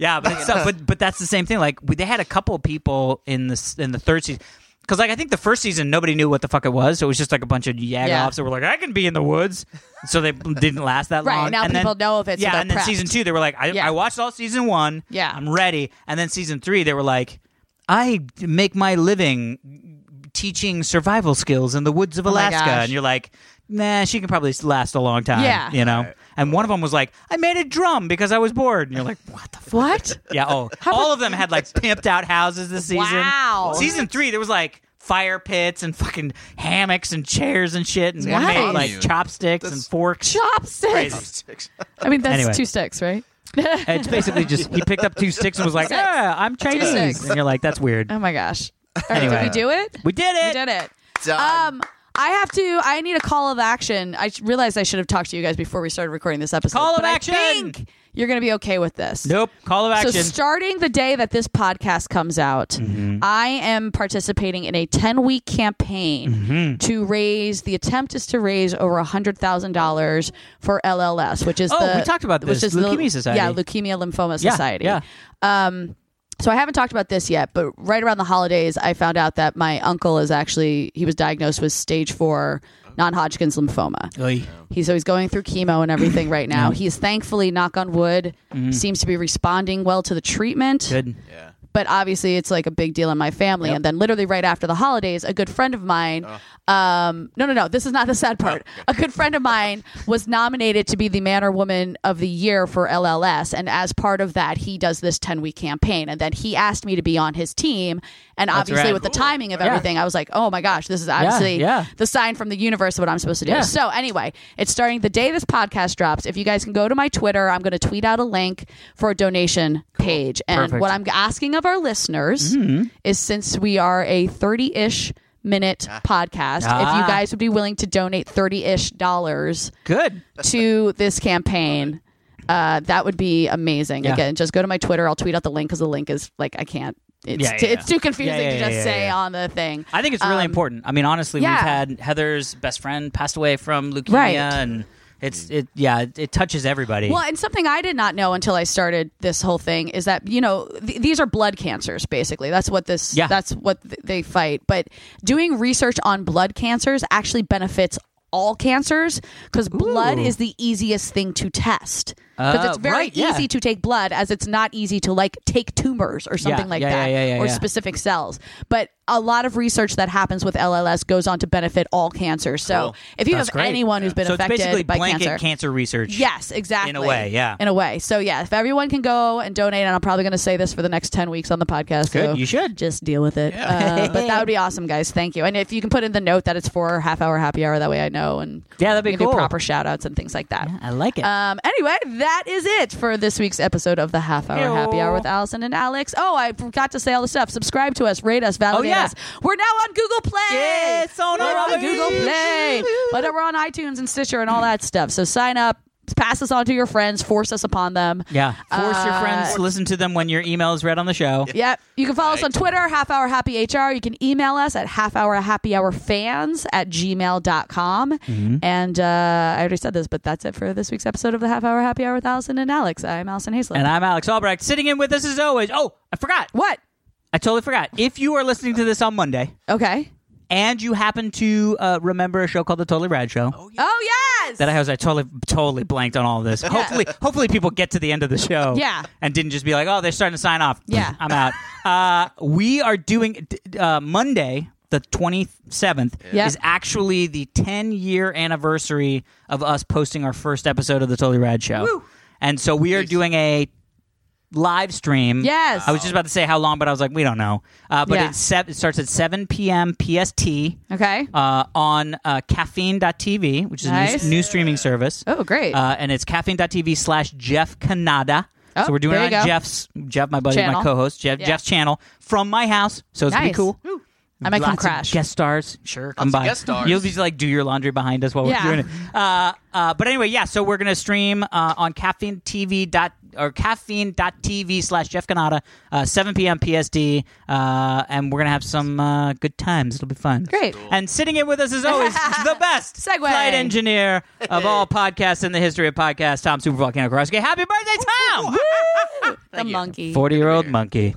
S1: Yeah, but, it's, but but that's the same thing. Like we, they had a couple of people in the in the third season. Because like I think the first season nobody knew what the fuck it was, so it was just like a bunch of yag
S2: Yeah.
S1: offs that were like, "I can be in the woods," so they didn't last that
S2: Right,
S1: long.
S2: now
S1: and
S2: people
S1: then,
S2: know of it, so
S1: Yeah,
S2: they're
S1: and then
S2: prepped.
S1: season two they were like, I,
S2: Yeah.
S1: "I watched all season one,
S2: Yeah.
S1: I'm ready," and then season three they were like, "I make my living teaching survival skills in the woods of
S2: Oh my
S1: Alaska,"
S2: gosh.
S1: and you're like, "Nah, she can probably last a long time."
S2: Yeah.
S1: you know. And one of them was like, "I made a drum because I was bored," and you're like, "What the
S2: What?
S1: yeah. Oh, all of them had like pimped out houses this season.
S2: Wow.
S1: Season three, there was like fire pits and fucking hammocks and chairs and shit, and one
S2: Nice.
S1: made like chopsticks and forks.
S2: Chopsticks.
S1: Crazy.
S2: I mean, that's
S1: Anyway.
S2: two sticks, right?
S1: And It's basically just he picked up two sticks and was like,
S2: Sticks.
S1: "Ah, I'm
S2: sticks.
S1: Chinese," and you're like, "That's weird."
S2: Oh my gosh. All right,
S1: Anyway.
S2: Did we do it?
S1: We did
S2: We
S1: it.
S2: did it.
S4: Done.
S2: Um, I have to. I need a call of action. I sh- realized I should have talked to you guys before we started recording this episode.
S1: Call of
S2: but
S1: action!
S2: I think you're going to be okay with this.
S1: Nope. Call of
S2: So
S1: action. Mm-hmm.
S2: starting the day that this podcast comes out, I am participating in a 10-week campaign
S1: Mm-hmm.
S2: to raise the attempt is to raise over $100,000 for LLS, which is
S1: Oh,
S2: the
S1: we talked about
S2: which
S1: this.
S2: is the-
S1: Leukemia Society.
S2: Yeah, Leukemia Lymphoma
S1: Yeah,
S2: Society.
S1: yeah.
S2: Um so I haven't talked about this yet, but right around the holidays, I found out that my uncle is actually he was diagnosed with stage 4 non-Hodgkin's lymphoma.
S1: Oy.
S2: He's so he's going through chemo and everything right now. He's thankfully, knock on wood, seems to be responding well to the treatment.
S1: Mm-hmm. Good.
S4: Yeah.
S2: But obviously, it's like a big deal in my family. And then, literally right after the holidays, a good friend of mine.
S1: Uh.
S2: Um, no, no, no. This is not the sad part. A good friend of mine was nominated to be the man or woman of the year for LLS, and as part of that, he does this ten week campaign. And then he asked me to be on his team. And obviously,
S1: rad.
S2: with the
S1: Cool.
S2: timing of everything, I was like, oh my gosh, this is obviously
S1: yeah.
S2: the sign from the universe of what I'm supposed to do.
S1: Yeah.
S2: So anyway, it's starting the day this podcast drops. If you guys can go to my Twitter, I'm going to tweet out a link for a donation page. And
S1: Perfect. Mm-hmm.
S2: what I'm asking of our listeners is since we are a 30-ish minute podcast, if
S1: Ah.
S2: you guys would be willing to donate 30-ish dollars
S1: Good.
S2: to this campaign, uh, that would be amazing.
S1: Yeah.
S2: Again, just go to my Twitter. I'll tweet out the link because the link is like I can't. It's,
S1: Yeah, yeah,
S2: t-
S1: yeah.
S2: it's too confusing
S1: Yeah, yeah,
S2: to
S1: yeah,
S2: just
S1: yeah,
S2: say
S1: yeah.
S2: on the thing.
S1: I think it's really important. I mean, honestly,
S2: Um, yeah.
S1: we've had Heather's best friend passed away from leukemia,
S2: Right.
S1: and it's it. Yeah, it, it touches everybody.
S2: Well, and something I did not know until I started this whole thing is that you know th- these are blood cancers basically. That's what this.
S1: Yeah.
S2: That's what th- they fight. But doing research on blood cancers actually benefits all cancers because blood
S1: Ooh.
S2: is the easiest thing to test because
S1: Uh,
S2: it's very
S1: right, yeah.
S2: easy to take blood as it's not easy to like take tumors or something like
S1: yeah,
S2: that
S1: yeah, yeah, yeah,
S2: or
S1: yeah.
S2: specific cells. But a lot of research that happens with LLS goes on to benefit all cancers. So if you
S1: That's
S2: have
S1: great.
S2: anyone who's been
S1: so it's
S2: affected
S1: basically
S2: by
S1: blanket
S2: cancer,
S1: research.
S2: Yes, exactly.
S1: way, yeah.
S2: In a way. So yeah, if everyone can go and donate, and I'm probably going to say this for the next ten weeks on the podcast.
S1: Good,
S2: so
S1: you should.
S2: just deal with it. Uh, but that would be awesome, guys. Thank you. And if you can put in the note that it's for half hour happy hour, that way I know and
S1: Yeah, that'd be
S2: we can do
S1: cool.
S2: proper shout outs and things like that.
S1: I like it.
S2: Um, anyway, that is it for this week's episode of the Half Hour
S1: Heyo.
S2: Happy Hour with Allison and Alex. Oh, I forgot to say all the stuff. Subscribe to us, rate us, validate
S1: Oh, yeah.
S2: us. We're now on Google Play.
S1: Yes, on
S2: we're on
S1: iTunes.
S2: Google Play, but we're on iTunes and Stitcher and all that stuff. So sign up, pass this on to your friends, force us upon them.
S1: Yeah. Force
S2: uh,
S1: your friends to listen to them when your email is read on the show.
S2: Yep. You can follow us on Twitter, half hour happy HR. You can email us at half hour happy hour fans at gmail.com.
S1: Mm-hmm.
S2: And uh, I already said this, but that's it for this week's episode of the half hour happy hour with Allison and Alex. I'm Allison Hazlett.
S1: And I'm Alex Albrecht, sitting in with us as always. Oh, I forgot.
S2: what?
S1: I totally forgot. If you are listening to this on Monday
S2: Okay.
S1: and you happen to uh, remember a show called The Totally Rad Show
S2: Oh, yes.
S1: that I was, I totally, totally blanked on all of this. Hopefully, hopefully people get to the end of the show.
S2: Yeah.
S1: And didn't just be like, oh, they're starting to sign off.
S2: Yeah.
S1: I'm out. Uh, we are doing d- uh, Monday. The 27th
S2: Yeah.
S1: is actually the 10 year anniversary of us posting our first episode of the Totally Rad Show. And so we are doing a live stream.
S2: Yes.
S1: I was just about to say how long, but I was like, we don't know. Uh, but
S2: Yeah.
S1: it's sev- it starts at 7 p.m. PST
S2: okay.
S1: uh, on uh, caffeine.tv, which is
S2: Nice.
S1: a new, new streaming service.
S2: Oh, great.
S1: Uh, and it's caffeine.tv slash Jeff Canada.
S2: Oh,
S1: so we're doing
S2: there
S1: it
S2: you
S1: on
S2: go.
S1: Jeff's, Jeff, my buddy,
S2: Channel.
S1: my co host, Jeff,
S2: Yeah.
S1: Jeff's channel from my house. So it's
S2: Nice.
S1: going to be cool.
S2: I might come
S1: Lots of
S2: crash.
S1: guest stars. Sure, come
S4: Lots of
S1: by.
S4: guest stars.
S1: You'll be like do your laundry behind us while
S2: Yeah.
S1: we're doing it. Uh, uh, but anyway, yeah. So we're gonna stream uh, on caffeine TV dot or caffeine.tv slash Jeff Canada, uh, 7 p.m. PSD, uh, and we're gonna have some uh, good times. It'll be fun.
S2: Great.
S1: And sitting in with us as always, the best
S2: Segway.
S1: flight engineer of all podcasts in the history of podcasts, Tom Super Volcano Karowski. Happy birthday, Tom!
S2: the monkey.
S1: 40 year old monkey.